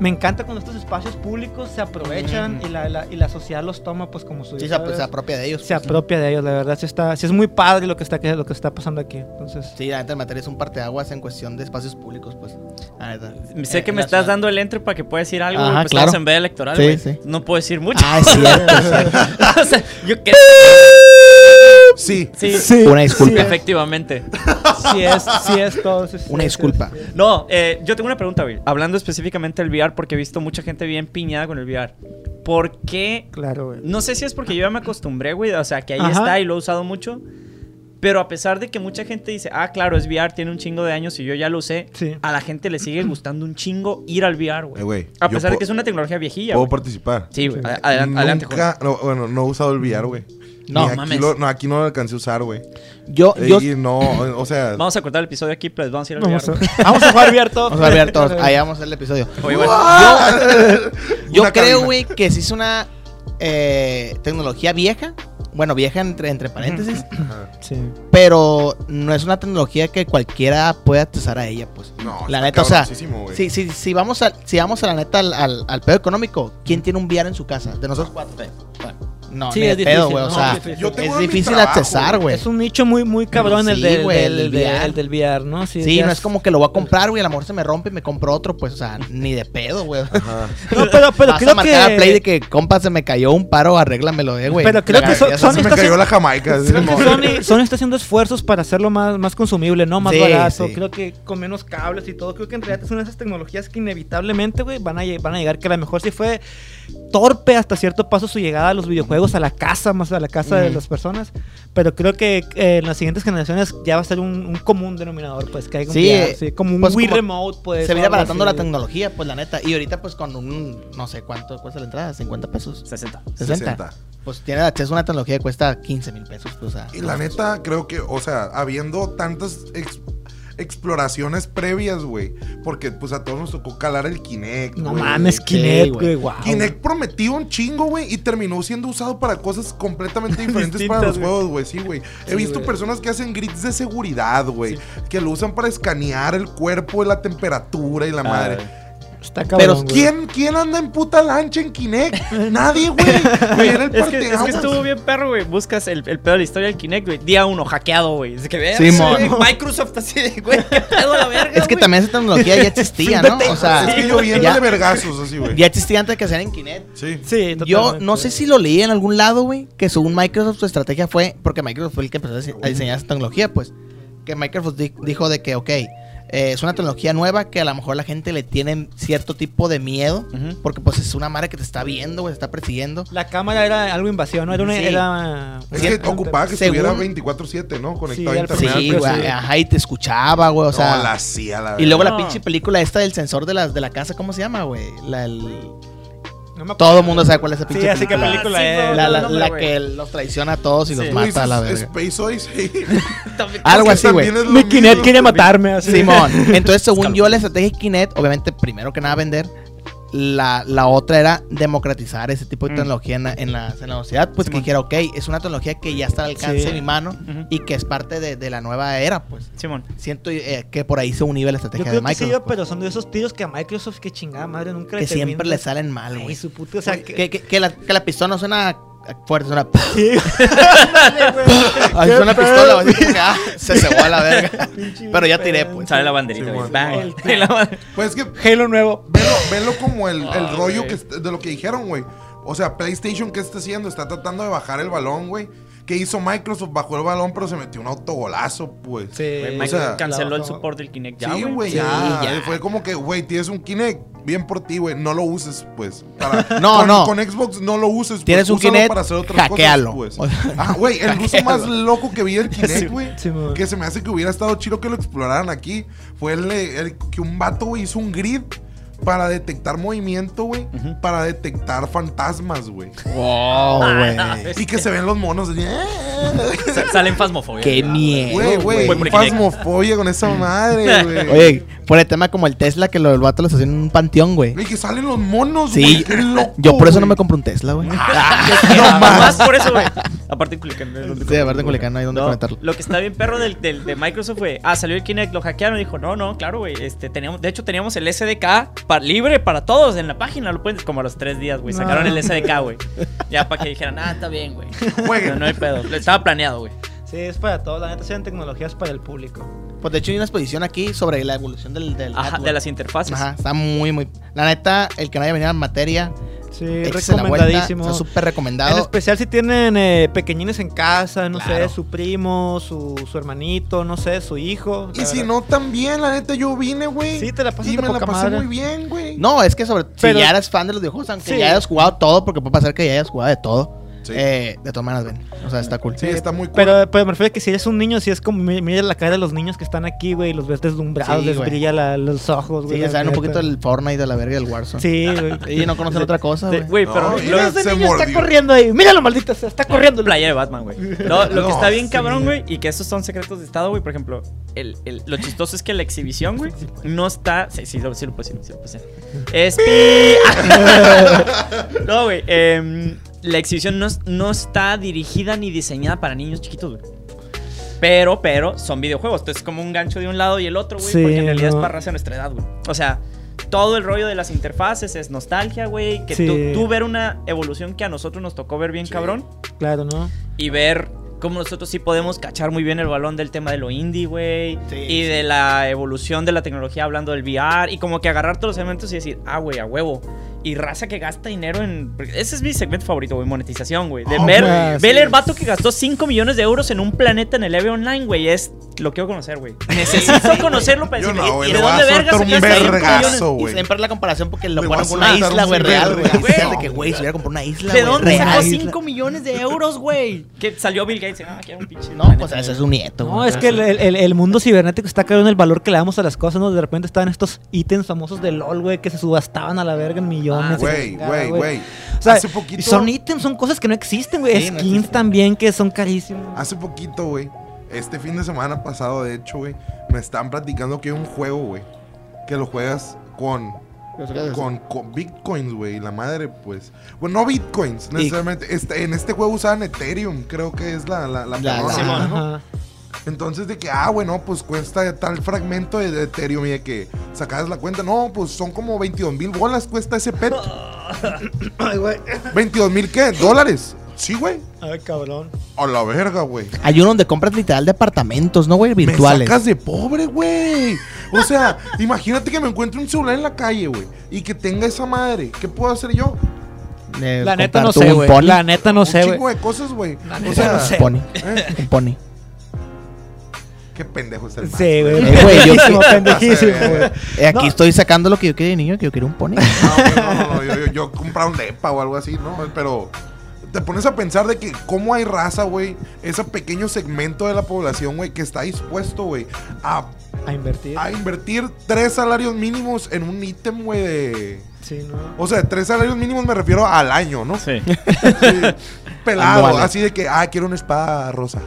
S4: me encanta cuando estos espacios públicos se aprovechan
S6: Ujú.
S4: y, la, la- y la sociedad los toma pues como su...
S6: Sí, se,
S4: ¿sabes?
S6: ap- se apropia de ellos.
S4: Se
S6: pues,
S4: apropia de ellos, la verdad. Sí, está, sí es muy padre lo que está, que- lo que está pasando aquí. Entonces...
S6: Sí, la neta, en materia es un parteaguas en cuestión de espacios públicos, pues. La neta.
S7: Sé que me estás dando el entre para que pueda decir algo,
S6: Eh, Ajá,
S7: güey, pues, estamos
S6: claro.
S7: en veda electoral,
S6: Sí,
S7: güey.
S6: sí.
S7: No puedo decir mucho.
S6: Ah, es cierto, es cierto.
S7: o sea, yo que
S5: Sí.
S7: sí,
S6: Una disculpa.
S7: efectivamente.
S4: Sí es, sí es todo. sí, sí,
S6: Una
S4: sí,
S6: disculpa.
S4: sí, sí.
S7: No, eh, yo tengo una pregunta, güey. Hablando específicamente del VR, porque he visto mucha gente bien piñada con el VR. ¿Por qué?
S4: Claro, güey.
S6: Mm.
S7: No sé si es porque yo ya me acostumbré, güey. O sea, que ahí
S4: Ajá.
S7: está y lo he usado mucho. Pero a pesar de que mucha gente dice, ah, claro, es VR, tiene un chingo de años y yo ya lo usé,
S4: Sí.
S7: a la gente le sigue gustando un chingo ir al VR,
S5: Eh,
S7: güey.
S5: güey.
S7: A
S5: yo
S7: pesar de
S5: puedo-
S7: que es una tecnología viejilla.
S5: ¿Puedo
S7: güey.
S5: participar?
S7: Sí, güey. Ad- adelan- Adelante, Jorge.
S5: Nunca, no, bueno, no he usado el VR, güey.
S7: No,
S5: Ni aquí
S7: mames.
S5: lo- no, aquí no lo alcancé a usar, güey.
S6: Yo,
S5: Eh,
S6: yo.
S5: y no, o sea,
S7: Vamos a cortar el episodio aquí, pero vamos a ir al
S4: Vamos a,
S7: VR. güey.
S4: vamos a jugar abierto.
S6: Vamos a ver todos. Ahí vamos a hacer el episodio.
S7: Oye, bueno,
S6: Yo
S5: Una
S6: creo,
S5: cabina.
S6: güey, que si es una eh, tecnología vieja. Bueno, vieja entre, entre paréntesis.
S4: Sí.
S6: pero no es una tecnología que cualquiera pueda accesar a ella, pues.
S5: no,
S6: la
S5: está
S6: neta, o sea,
S5: cabroncísimo, güey.
S6: Si, si, si, vamos a, si vamos a la neta al, al, al pedo económico, ¿quién tiene un VR en su casa? De nosotros cuatro. No,
S4: Sí,
S6: ni
S4: es
S6: de pedo,
S4: difícil,
S6: güey. O
S4: no,
S6: sea,
S4: es difícil.
S5: Yo tengo
S6: es
S5: en mi
S6: difícil
S5: trabajo,
S6: accesar, güey.
S4: Es un nicho muy, muy cabrón el,
S6: Sí,
S4: del,
S6: güey,
S4: del,
S6: el del
S4: del-
S6: VR.
S4: el del VR, ¿no? Sí,
S6: Sí,
S4: ya
S6: no es como que lo voy a comprar, güey. A lo mejor se me rompe y me compro otro, pues, o sea, ni de pedo, güey.
S5: Ajá.
S4: No, pero, pero
S6: Vas
S4: creo
S6: a marcar
S4: que...
S6: a Play de que, compa, se me cayó un paro, arréglamelo, eh, güey.
S4: Pero creo
S6: La
S4: que so-
S6: realidad es
S4: son
S5: Se me
S4: estas-
S5: cayó la Jamaica.
S4: Creo que
S5: Simón.
S4: Sony, Sony está haciendo esfuerzos para hacerlo más, más consumible, ¿no? Más
S6: Sí,
S4: barato.
S6: sí.
S4: Creo que con menos cables y todo. Creo que en realidad es una de esas tecnologías que inevitablemente, güey, van a, lle- van a llegar. Que a lo mejor sí fue torpe hasta cierto paso su llegada a los videojuegos, a la casa, más a la casa de
S6: Ujú.
S4: las personas. Pero creo que eh, en las siguientes generaciones ya va a ser un, un común denominador, pues, que hay un
S6: Sí,
S4: VR,
S6: eh,
S4: sí, como un
S6: pues,
S4: Wii
S6: como
S4: Remote, pues.
S6: Se
S4: o
S6: viene
S4: algo
S6: abaratando
S4: así.
S6: la tecnología, pues la neta. Y ahorita, pues con un. No sé cuánto cuesta la entrada, 50 pesos.
S7: 60.
S6: 60. Pues tiene acceso a una tecnología que cuesta 15 mil pesos. Pues, o sea,
S5: Y la neta, creo que, o sea, habiendo tantas ex- exploraciones previas, güey. Porque, pues, a todos nos tocó calar el Kinect,
S4: No
S5: güey.
S4: mames,
S6: Sí,
S4: Kinect,
S6: güey.
S4: güey, wow.
S5: Kinect prometió un chingo, güey, y terminó siendo usado para cosas completamente diferentes para los
S7: Distintas, güey.
S5: juegos, güey. Sí, güey. He visto personas que hacen grits de seguridad, güey. Que lo usan para escanear el cuerpo, la temperatura
S7: Ah,
S5: y la madre.
S4: Está cabrón. güey.
S5: ¿Quién, ¿Quién anda en puta lancha en Kinect? Nadie, güey. Güey, era el
S7: Es que, es que
S5: parteaguas.
S7: estuvo bien perro, güey. Buscas el, el pedo de la historia del Kinect, güey. Día uno, hackeado, güey. Es que veas,
S6: Sí, mon.
S7: güey, Microsoft así, de, güey, qué pedo a la verga,
S6: Es que
S7: güey.
S6: también esa tecnología ya existía, ¿no? O
S5: Es
S6: sea,
S5: que yo viendo de
S6: ya,
S5: vergazos así, güey.
S6: ya existía antes de que sean en Kinect.
S5: Sí.
S4: Sí,
S6: Yo
S4: totalmente.
S6: no sé si lo leí en algún lado, güey, que según Microsoft su estrategia fue, porque Microsoft fue el que empezó a dise- a diseñar esa tecnología, pues, que Microsoft di- dijo de que, ok, eh, es una tecnología nueva que a lo mejor la gente le tiene cierto tipo de miedo,
S7: Ujú.
S6: porque pues es una madre que te está viendo, güey, te está persiguiendo.
S4: La cámara era algo invasivo, ¿no? Era una.
S6: Sí.
S4: Era...
S5: Es que ocupaba que
S6: Según-
S5: estuviera 24-7, ¿no? Conectado
S4: Sí,
S5: a
S4: al
S5: internet.
S4: principio,
S6: Sí,
S4: pero
S6: güey,
S4: sí.
S6: ajá, y te escuchaba, güey, o
S5: o sea,
S6: sea...
S5: no, la hacía, la
S6: y luego la
S7: No.
S6: pinche película esta del sensor de la, de la casa, ¿cómo se llama, güey? La, el-
S4: No me acuerdo.
S6: Todo el mundo sabe cuál es esa pinche
S4: así que
S6: película.
S7: Ah,
S4: película
S7: sí,
S4: es.
S7: no,
S6: La, la-
S7: no, no,
S6: la
S7: güey.
S6: que los traiciona a todos y los
S7: Sí.
S5: Tú dices
S6: mata a la verga.
S5: Space Odyssey.
S7: También-
S6: Algo
S5: Que
S6: así, güey.
S5: también pues, es lo
S4: Mi Kinect
S5: mismo.
S4: quiere matarme así.
S6: Simón. Entonces, según yo, la estrategia de Kinect, obviamente, primero que nada vender. La, la otra era democratizar ese tipo de
S7: Mm.
S6: tecnología en la, en la, en la sociedad. Pues que
S7: Simón.
S6: dijera, ok, es una tecnología que ya está al alcance
S4: Sí.
S6: de mi mano
S7: Ujú.
S6: y que es parte de, de la nueva era, pues.
S7: Simón.
S6: Siento eh, que por ahí se unió la
S4: Yo
S6: estrategia de
S4: creo que sí,
S6: Microsoft. pues,
S4: pero son de esos tiros que a Microsoft que chingada madre nunca
S6: que
S4: le
S6: siempre
S4: terminan.
S6: le salen mal,
S4: Ay,
S6: güey.
S4: su puta. O sea, que.
S6: Que, que- que la, que la pistola no suena fuerte, suena.
S4: Sí.
S6: Ay,
S4: Qué
S6: suena
S4: pedo,
S6: pistola, güey. Ah, Se cebó a la verga. Pero ya tiré, pues.
S7: Sale la banderita,
S5: Sí,
S7: güey.
S5: mon.
S7: Bang. Y la band-
S5: Pues es que
S4: Halo nuevo.
S5: velo, velo como el, el
S7: Ah,
S5: rollo
S7: güey.
S5: que, est- de lo que dijeron, güey. O sea, PlayStation, ¿qué está haciendo? Está tratando de bajar el balón, güey. ¿Qué hizo Microsoft? Bajó el balón, pero se metió un autogolazo, pues.
S4: Sí.
S7: Güey,
S5: o
S7: Microsoft
S5: sea,
S7: canceló el
S4: no.
S7: support del Kinect ya,
S5: Sí, güey,
S7: Sí,
S5: ya.
S7: ya.
S5: Fue como que, güey, tienes un Kinect. Bien por ti, güey. No lo uses, pues. Para-
S6: No,
S5: con,
S6: no.
S5: Con Xbox no lo uses. pues,
S6: Tienes un
S5: úsalo
S6: Kinect,
S5: para hacer otras
S6: hackealo.
S5: cosas,
S6: O
S5: pues. Ah, güey, el uso más loco que vi del Kinect, güey.
S4: sí, güey.
S5: que se me hace que hubiera estado chido que lo exploraran aquí. Fue el, el que un vato, güey, hizo un grid para detectar movimiento, güey. Para detectar fantasmas, güey.
S6: Wow, güey.
S4: Ah,
S5: Y que se ven los monos. así, "Eh, eh,
S7: Sa- Salen fasmofobia.
S6: Qué miedo.
S5: Güey, güey, un
S7: Buen muñequito.
S5: fasmofobia con esa madre, güey.
S6: Oye, por el tema como el Tesla, que lo- el vato los hacen en un panteón, güey.
S5: Güey, que salen los monos,
S6: Sí.
S5: güey. Qué loco,
S6: Yo por eso no me
S5: güey.
S6: compro un Tesla, güey.
S7: No más. por eso, güey. Aparte en Culiacán. no hay donde
S6: Sí, aparte
S7: conectarlo,
S6: en Culiacán no hay donde
S7: güey.
S6: conectarlo.
S7: Lo que está bien perro del, del- de Microsoft, güey. Ah, salió el Kinect, lo hackearon y dijo, no, no, claro, güey. Este, teníamos, de hecho, teníamos el SDK pa- libre para todos en la página. Lo pueden, como a los tres días, güey. Sacaron el SDK, güey. Ya para que dijeran, ah, está bien, güey. No, no hay pedo. Estaba planeado, güey.
S4: Sí, es para todo. La neta, sean tecnologías para el público.
S6: Pues de hecho hay una exposición aquí sobre la evolución del, del
S7: Ajá,
S6: network.
S7: de las interfaces.
S6: Ajá, está muy, muy... La neta, el que no haya venido en materia,
S4: Sí,
S6: échese la vuelta,
S4: recomendadísimo.
S6: está súper
S4: En
S6: recomendado.
S4: especial si tienen eh, pequeñines en casa, no
S6: Claro.
S4: sé, su primo, su, su hermanito, no sé, su hijo.
S5: Y
S4: la
S5: si
S4: verdad.
S5: no, también, la neta, yo vine, güey.
S4: Sí, te la pasas
S5: Y
S4: de
S5: me la
S4: poca
S5: pasé
S4: madre.
S5: muy bien, güey.
S6: No, es que sobre...
S4: Pero-
S6: si ya eres fan de los videojuegos, aunque
S4: Sí.
S6: ya hayas jugado todo, porque puede pasar que ya hayas jugado de todo,
S5: Sí.
S6: eh, de todas maneras ven. O sea, está cool.
S5: Sí, está muy cool.
S4: Pero, pero me refiero a que si eres un niño, si es como, mi- mira la cara de los niños que están aquí, güey, los ves deslumbrados,
S6: Sí,
S4: les
S6: güey.
S4: brilla la- los ojos,
S6: Sí,
S4: güey.
S6: ya
S4: la
S6: saben un
S4: neta.
S6: poquito del Fortnite, de la verga y del Warzone.
S4: Sí, güey.
S6: Y no conocen otra cosa,
S7: De- Güey,
S6: güey.
S5: No,
S7: pero
S5: y
S7: lo-
S4: Mira, ese
S5: se
S4: niño está
S5: mordió.
S4: corriendo ahí. Míralo, maldita sea, está corriendo.
S7: Playa de Batman, güey. No, lo
S5: No,
S7: que está bien
S5: sí.
S7: cabrón, güey, y que estos son secretos de estado, güey. Por ejemplo, el, el- lo chistoso es que la exhibición, güey, no está. Sí, sí, lo, sí lo puse, sí lo puse. Es. pi- no, güey. em, la exhibición no, es- no está dirigida ni diseñada para niños chiquitos, güey. Pero, pero, son videojuegos. Entonces, es como un gancho de un lado y el otro, güey.
S4: Sí,
S7: porque en realidad
S4: no.
S7: es para raza de nuestra edad, güey. O sea, todo el rollo de las interfaces es nostalgia, güey. Que
S4: Sí.
S7: tú, tú ver una evolución que a nosotros nos tocó ver bien, cabrón
S4: Claro, ¿no?
S7: y ver cómo nosotros sí podemos cachar muy bien el balón del tema de lo indie, güey,
S6: Sí,
S7: y
S6: sí.
S7: de la evolución de la tecnología hablando del VR, y como que agarrar todos los elementos y decir, ah, güey, a huevo. Y raza que gasta dinero en... porque Ese es mi segmento favorito, güey, monetización, güey. De
S5: Ah,
S7: ver,
S5: güey,
S7: ver
S5: sí.
S7: el vato que gastó 5 millones de euros en un planeta en el EVE Online, güey, es... Lo quiero conocer, güey. Necesito conocerlo para
S5: Yo
S7: decir,
S5: no,
S7: "Eh,
S5: güey,
S7: ¿y
S5: le
S7: de
S5: voy a
S7: dónde
S5: soltar
S7: verga
S5: un
S7: sacaste 5 millones?
S5: vergazo,
S6: Y
S5: güey.
S6: siempre la comparación porque lo
S5: Le
S6: ponen
S5: vas a
S6: con una
S5: soltar
S6: isla,
S5: un
S6: güey, real, güey.
S5: vergazo.
S6: Fíjate que, güey, si hubiera comprado una isla,
S7: ¿De
S6: güey,
S7: dónde sacó
S6: real.
S7: 5 millones de euros, güey? Que salió Bill Gates. Ah, que era un pinche...
S6: No, pues ese es un nieto,
S4: No,
S6: güey.
S4: es que el, el- el mundo cibernético está cayendo en el valor que le damos a las cosas, ¿no? De repente estaban estos ítems famosos de LOL, güey, que se subastaban a la verga en millones.
S7: Ah,
S4: y la
S5: Güey,
S4: chingada,
S5: güey, güey.
S4: O sea,
S5: Hace poquito-
S4: y son ítems, son cosas que no existen, güey.
S6: Sí, no
S4: Skins
S6: existen.
S4: también que son carísimos.
S5: Hace poquito, güey. Este fin de semana pasado, de hecho, güey. Me están platicando que hay un juego, güey. Que lo juegas con. Con, con bitcoins, güey. y La madre, pues. Bueno, no bitcoins, necesariamente. Este- en este juego usaban Ethereum, creo que es la. La, la,
S6: La-
S5: corona,
S6: la-
S5: ¿no?
S4: Ajá.
S5: Entonces de que, ah, bueno, pues cuesta tal fragmento de de Ethereum y de que sacas la cuenta. No, pues son como 22 mil bolas cuesta ese pet. 22 mil qué? ¿Dólares? Sí, güey.
S4: Ay, cabrón.
S5: A la verga, güey.
S6: Hay uno donde compras literal de apartamentos, ¿no, güey?
S5: Me
S6: Virtuales.
S5: sacas de pobre, güey. O sea, imagínate que me encuentre un celular en la calle, güey. Y que tenga esa madre. ¿Qué puedo hacer yo?
S6: Eh,
S4: La neta
S6: comprar
S4: no
S6: tú
S4: sé,
S6: un
S4: güey.
S6: pony.
S4: La neta no
S5: un
S4: sé, güey.
S5: chingo de cosas, güey. O
S4: neta
S5: sea,
S4: no sé.
S6: Un pony.
S5: ¿eh?
S6: Un pony.
S5: qué pendejo está el Max,
S4: Sí, güey.
S6: Eh, güey, yo-
S4: Pendejísimo, pendejísimo,
S5: Ya sé,
S4: güey.
S6: Eh, aquí
S4: No.
S6: estoy sacando lo que yo quería de niño, que yo quería un pony.
S5: No, güey, no, no, no, yo, yo, yo compraba un depa o algo así, ¿no? Pero te pones a pensar de que cómo hay raza, güey, ese pequeño segmento de la población, güey, que está dispuesto, güey, a,
S4: A invertir.
S5: a invertir tres salarios mínimos en un ítem, güey, de...
S4: Sí, no.
S5: O sea, tres salarios mínimos me refiero al año, ¿no?
S7: Sí.
S5: Sí, pelado,
S6: Vale.
S5: así de que, ah, quiero una espada rosa.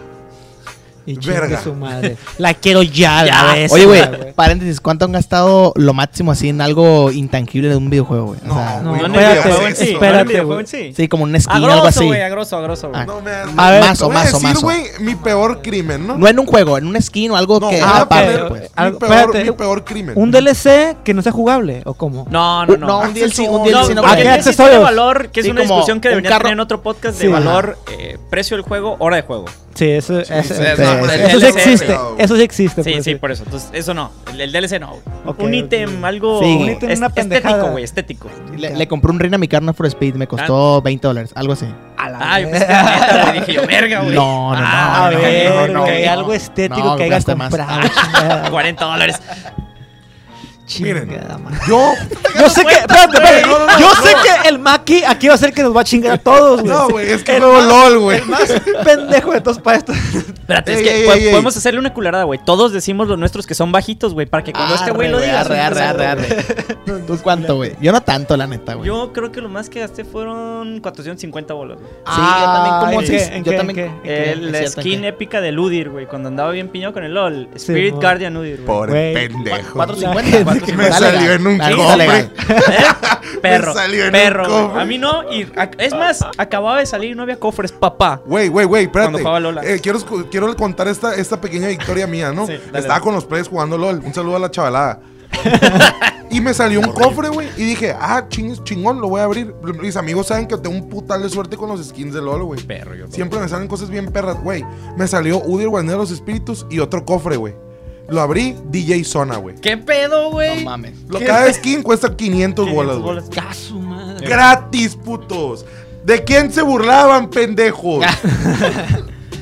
S4: Y
S5: Verga.
S4: chingue su madre. La quiero
S7: Ya.
S4: ya, la vez.
S6: Oye, güey, paréntesis, ¿cuánto han gastado lo máximo así en algo intangible de un videojuego, güey? O sea,
S5: No,
S4: No,
S5: güey,
S7: en
S5: no
S7: el
S5: digas
S7: videojuego en
S5: eso.
S7: sí, no en el
S4: Espérate,
S7: videojuego
S4: güey.
S7: en sí.
S6: sí, como un
S7: A
S6: skin o algo
S7: grosso,
S6: así.
S7: güey, a grosso, a grosso, güey.
S6: Ah.
S5: No me
S4: A ver,
S5: te
S6: mazo,
S5: voy a
S6: mazo,
S5: decir,
S6: mazo.
S5: güey, mi peor crimen, ¿no?
S6: No en un juego, en un skin o algo
S5: No,
S6: que
S5: ah,
S6: aparte,
S5: pero-
S6: pues.
S5: Mi
S4: Algo-
S5: peor,
S4: espérate.
S5: mi peor crimen.
S4: ¿Un DLC que no sea jugable o cómo?
S7: No, no, no.
S6: No, un DLC, un DLC
S7: porque el
S4: ¿qué
S6: no cuenta.
S7: DLC tiene
S4: accesorios?
S7: valor, que es
S6: Sí,
S7: una
S6: como
S7: discusión que
S6: un
S7: debería
S6: carro.
S7: tener en otro podcast de
S4: Sí.
S7: valor, eh, precio del juego, hora de juego.
S4: Sí, eso, eso,
S6: sí,
S4: eso-
S6: no,
S4: eso
S6: el
S4: sí
S7: DLC,
S4: existe.
S5: güey.
S4: Eso sí existe.
S7: Sí,
S4: pues,
S7: sí, por eso. Entonces, eso no. El, el DLC no, güey.
S4: Ok,
S7: un
S4: ok.
S7: ítem, algo
S6: Sí. Un
S4: ítem,
S7: est-
S4: una
S7: estético,
S4: pendejada.
S7: güey, estético.
S6: Le, le compré un Rin a mi carne for Speed, me costó 20 dólares, algo así.
S4: A la
S7: Ah, yo pensé Ah. que era neta, güey. Dije yo, verga, güey.
S6: No, no, no,
S7: Ah,
S4: A
S6: no,
S4: ver,
S7: verga,
S6: no, no,
S4: güey,
S7: güey.
S6: no.
S4: algo estético
S6: No,
S4: que haya
S6: gaste más.
S4: comprado. chingada.
S7: 40 dólares.
S5: Miren.
S4: Chingada madre.
S5: Yo,
S4: Yo sé que, espérate, espérate.
S5: No, no, no,
S4: yo
S5: no.
S4: sé que el Maki aquí va a ser que nos va a chingar a todos, güey.
S5: no, güey, es que
S4: El
S5: juego
S4: más-
S5: LOL, güey.
S4: El más pendejo de todos para esto.
S7: Espérate, es
S5: Ey,
S7: que
S5: ey,
S7: po-
S5: ey, ey.
S7: podemos hacerle una culerada, güey. Todos decimos los nuestros que son bajitos, güey, para que cuando este güey lo
S6: Ah, Arre,
S7: diga.
S6: arre, arre, arre, arre. ¿Tú cuánto, güey? Yo no tanto, la neta, güey.
S7: Yo creo que lo más que gasté fueron 450 bolas. güey.
S6: Sí, yo
S7: Ah,
S6: también como
S4: ¿en
S6: seis-
S4: qué? ¿En
S6: yo
S4: qué?
S6: también-
S4: ¿En qué?
S6: Eh,
S7: El- la
S6: es cierto,
S7: skin
S6: ¿en qué?
S7: épica de Udir, güey, cuando andaba bien piñado con el LOL.
S4: Sí,
S7: Spirit
S4: mo.
S7: Guardian Udir, güey.
S5: Pobre
S4: Güey.
S5: pendejo.
S4: gente
S6: 450,
S5: que
S6: 450.
S5: me
S6: Dale,
S5: salió en un
S6: dale,
S5: cofre.
S6: dale.
S7: ¿Eh? Perro.
S5: Me salió en un
S7: perro. güey.
S5: cofre.
S7: A mí no. Y ac- es más, acababa de salir y no había cofres, papá.
S5: Güey, güey, güey, espérate.
S7: Cuando jugaba Lola.
S5: Eh, quiero, escu- quiero contar esta, esta pequeña victoria mía, ¿no?
S7: Sí, dale,
S5: Estaba
S7: dale.
S5: con los players jugando LOL. Un saludo a la chavalada. y me salió un cofre, güey. Y dije, ah, ching- chingón, lo voy a abrir. Mis amigos saben que tengo un putal de suerte con los skins de LOL, güey.
S7: Perro, yo.
S5: Siempre me salen cosas bien perras, güey. Me salió Udir Guardián de los Espíritus y otro cofre, güey. Lo abrí, DJ Zona, güey.
S7: ¿Qué pedo,
S6: No
S7: güey?
S6: mames.
S5: Lo- Cada skin cuesta 500 bolas, güey.
S4: Caso, madre.
S5: Gratis, putos. ¿De quién se burlaban, pendejos?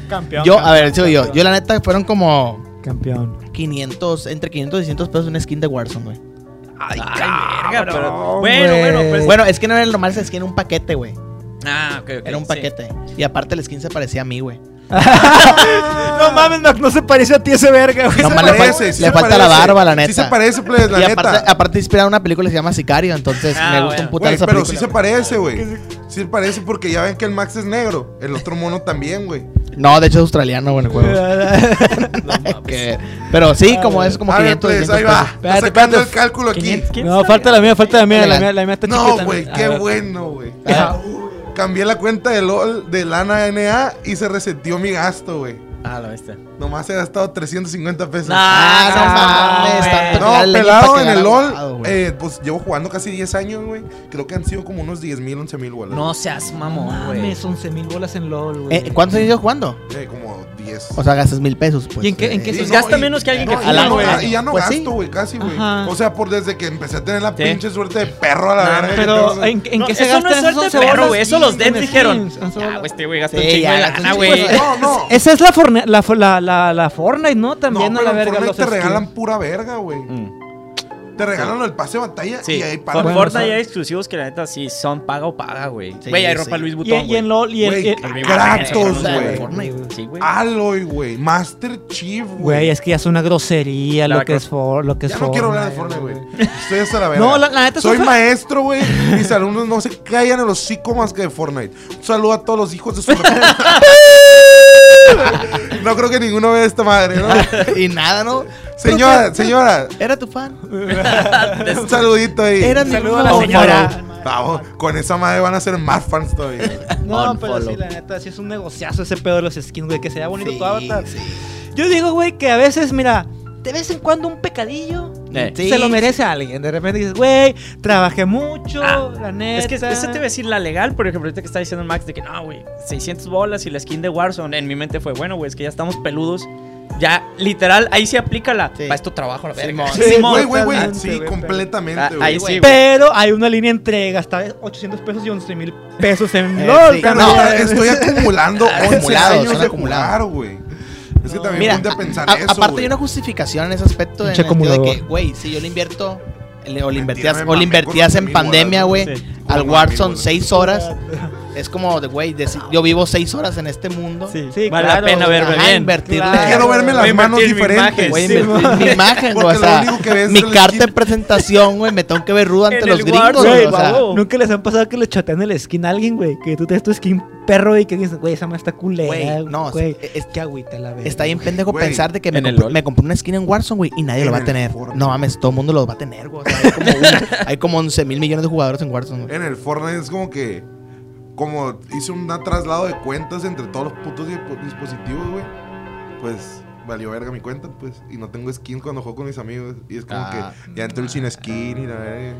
S4: Campeón.
S6: Yo, a ver, sigo yo. Yo, la neta, fueron como
S4: Campeón.
S6: 500, entre 500 y 600 pesos una skin de Warzone, güey.
S7: Ay, verga, pero. Bueno, bueno, pues.
S6: Bueno, es que no era el normal, esa skin era un paquete, güey.
S7: Ah, ok, ok,
S6: Era un
S7: sí.
S6: paquete. Y aparte, el skin se parecía a mí, güey.
S4: No mames, Mac, no se pareció a ti ese verga, güey.
S6: No,
S5: se
S6: mal le fa-
S5: parece, sí
S6: le
S5: se
S6: falta la
S5: parece.
S6: barba, la
S5: Sí se
S6: neta.
S5: parece, plebes, Pues la
S6: y
S5: neta.
S6: aparte, aparte inspirada en una película que se llama Sicario, entonces
S7: Ah,
S6: me gusta
S7: bueno.
S6: un puta
S5: Güey,
S6: esa
S5: pero sí
S6: película,
S5: se
S6: güey.
S5: parece, güey. Sí se parece porque ya ven que el Max es negro. El otro mono también, güey.
S6: No, de hecho es australiano, bueno, el juego. Que- Pero sí, como es como
S5: A ver,
S6: 500
S5: plebes, pues, ahí
S6: 600
S5: va.
S6: pesos.
S5: Está
S4: Espérate,
S5: sacando
S4: espérate.
S5: el cálculo aquí.
S7: 500, ¿quién
S4: No,
S7: sabe?
S4: falta la mía, falta la mía. La
S6: Legal.
S4: mía, la mía está
S5: No,
S4: chiquita.
S5: güey,
S4: A
S5: qué
S4: ver.
S5: bueno, güey. Ah, Cambié la cuenta de LOL de lana NA y se resetió mi gasto, güey.
S7: Ah, la bestia.
S5: Nomás he gastado 350 pesos.
S6: Ah, no
S7: Ah,
S6: mames,
S7: güey.
S6: tanto
S5: No,
S6: regalo,
S5: pelado
S6: pa'
S5: en
S6: que
S5: el
S6: gana
S5: LOL.
S6: abogado, güey.
S5: eh, pues llevo jugando casi 10 años, güey. Creo que han sido como unos 10 mil, 11 mil, güey.
S7: No seas mamón, güey.
S4: Mames, 11 mil bolas en LOL, güey.
S6: Eh, ¿Cuántos años llevas jugando?
S5: Eh, como 10.
S6: O sea, gastas mil pesos, pues.
S4: ¿Y en qué- en qué
S5: Sí,
S4: se-
S5: no,
S7: Gasta
S5: y-
S7: menos que alguien
S5: no,
S7: que
S5: y
S7: jala,
S5: ya no
S7: güey.
S5: ga- Y ya no
S6: Pues sí.
S5: gasto, güey, casi, güey.
S4: Ajá.
S5: O sea, por desde que empecé a tener la
S7: Sí.
S5: pinche suerte de perro a la verga. que
S4: Pero,
S5: tengo-
S4: ¿en, en
S7: No,
S4: qué se
S7: eso no
S4: gastan
S7: es
S4: esas
S7: suerte,
S4: 11
S7: perro,
S4: bolas?
S7: güey. Eso los
S4: Y
S7: devs
S4: en
S7: dijeron.
S4: skins, 11
S7: Ah,
S4: bolas.
S7: güey, este güey gasta
S6: Sí,
S7: un chingo
S6: ya
S7: de
S6: gasta un
S7: lana,
S6: chingo
S7: güey.
S6: de lana.
S5: No, no.
S4: Esa es la, Fortnite- la, fo- la, la, la Fortnite, ¿no? También
S5: no,
S4: a la
S5: pero en
S4: verga
S5: Fortnite
S4: los
S5: te
S4: skins.
S5: regalan pura verga, güey.
S7: Mm.
S5: Te regalan el pase de batalla
S7: Sí,
S5: y ahí para.
S7: por
S4: Bueno,
S7: Fortnite
S4: sabe.
S7: hay exclusivos que la neta sí son paga o paga, güey.
S6: Sí,
S7: Güey, hay
S6: sí.
S7: ropa Luis
S4: Y,
S7: Butón,
S4: y en
S7: güey.
S4: LOL, y en...
S5: Güey,
S4: y-
S5: gratos,
S7: Ah,
S5: güey. Ah,
S6: Fortnite.
S7: Sí, güey.
S5: Aloy, güey. Master Chief,
S4: Güey,
S5: güey.
S4: es que ya es una grosería
S7: Lara
S4: lo que, es for, lo que es
S5: Ya no quiero hablar de Fortnite,
S4: Fortnite,
S5: güey. Estoy hasta la verga.
S4: No, la- la neta
S5: Soy
S4: son-
S5: maestro, güey. Mis alumnos no se callan en los hocico más que de Fortnite. Un saludo a todos los hijos de su No creo que ninguno vea esta madre, ¿no?
S6: y nada, ¿no?
S5: Señora, señora,
S6: Era tu fan.
S5: un saludito ahí.
S6: Era mi
S4: Saludo a la
S6: fan.
S4: señora.
S5: Vamos, con esa madre van a ser más fans todavía. güey.
S4: No,
S6: On
S4: pero
S6: follow.
S4: sí, la neta, sí es un negociazo ese pedo de los skins, güey, que se vea bonito
S6: Sí,
S4: tu avatar.
S6: sí.
S4: Yo digo, güey, que a veces, mira, de vez en cuando un pecadillo
S7: Eh.
S6: Sí.
S4: se lo merece a alguien. De repente dices, güey, trabajé mucho,
S7: Ah,
S4: la neta.
S7: Es que ese te iba a decir la legal, por ejemplo, ahorita que está diciendo el Max de que no, güey, 600 bolas y la skin de Warzone. En mi mente fue, bueno, güey, es que ya estamos peludos. Ya, literal, ahí sí aplica la.
S6: Sí.
S7: Va, esto trabajo, la verga.
S6: Simón.
S7: Sí,
S4: Sí,
S7: Simón.
S5: Güey, güey, güey.
S4: totalmente,
S5: Sí,
S4: güey,
S5: completamente,
S7: Ah,
S5: güey.
S7: ahí sí, güey.
S4: Pero hay una línea entre gastar 800 pesos y 11 mil pesos en
S6: Eh,
S4: LOL.
S6: sí.
S5: Pero
S4: carnal.
S5: está- estoy acumulando 11
S6: Acumulados,
S5: años
S6: son
S5: de acumular,
S6: acumulados.
S5: güey. Es que también
S6: Mira,
S5: ponte a pensar
S6: a-
S5: eso,
S6: aparte
S5: güey.
S6: hay una justificación en ese aspecto en el
S4: Pinche
S6: sentido de que,
S4: acumulador.
S6: güey, si yo le invierto le- o le
S5: Mentira,
S6: invertías,
S5: me
S6: o le
S5: mamé
S6: invertías
S5: con
S6: en
S5: mil
S6: pandemia,
S5: bolas,
S7: güey.
S6: güey,
S7: Sí.
S6: al
S5: Con mil
S6: Warzone
S5: bolas.
S6: seis horas, es como de, güey, de- yo vivo seis horas en este mundo.
S4: Sí,
S7: vale
S4: claro,
S7: la pena
S4: o sea,
S7: verme
S6: Ajá,
S7: bien.
S6: invertirle.
S4: Claro.
S5: Quiero verme
S7: Voy a
S5: las manos
S7: invertir mi
S5: diferentes.
S7: imagen.
S6: Güey,
S7: Sí,
S6: invertí
S7: mo-
S6: en mi imagen,
S5: Porque
S6: güey, o
S5: lo
S6: sea,
S5: único que ves
S6: mi
S5: es el
S6: carta de
S5: skin.
S6: presentación, güey, me tengo que ver rudo ante
S7: En
S6: los
S7: el
S6: gringos,
S7: Warzone,
S6: güey, o sea,
S7: babo.
S4: Nunca les han pasado que le chotean el skin a alguien, güey. Que tú te des tu skin perro y que dices, güey, esa madre está culera.
S6: Güey,
S4: Güey,
S6: no,
S4: güey.
S6: es-
S4: Es que agüita la verga.
S6: está bien pendejo
S5: Güey,
S6: pensar de que me
S7: en el
S6: compré,
S7: LOL.
S6: me compré una skin en Warzone, güey, y nadie lo
S5: En
S6: va
S5: el
S6: a tener.
S5: Fortnite.
S6: No mames, todo el mundo lo va a tener, güey, o sea, hay como, un- hay como 11 mil millones de jugadores en Warzone, güey.
S5: En el Fortnite es como que. Como hice un traslado de cuentas entre todos los putos dispo- dispositivos, güey. Pues valió verga mi cuenta, pues. Y no tengo skin cuando juego con mis amigos. Y es como
S6: Ah.
S5: que ya entro el sin skin y la verga.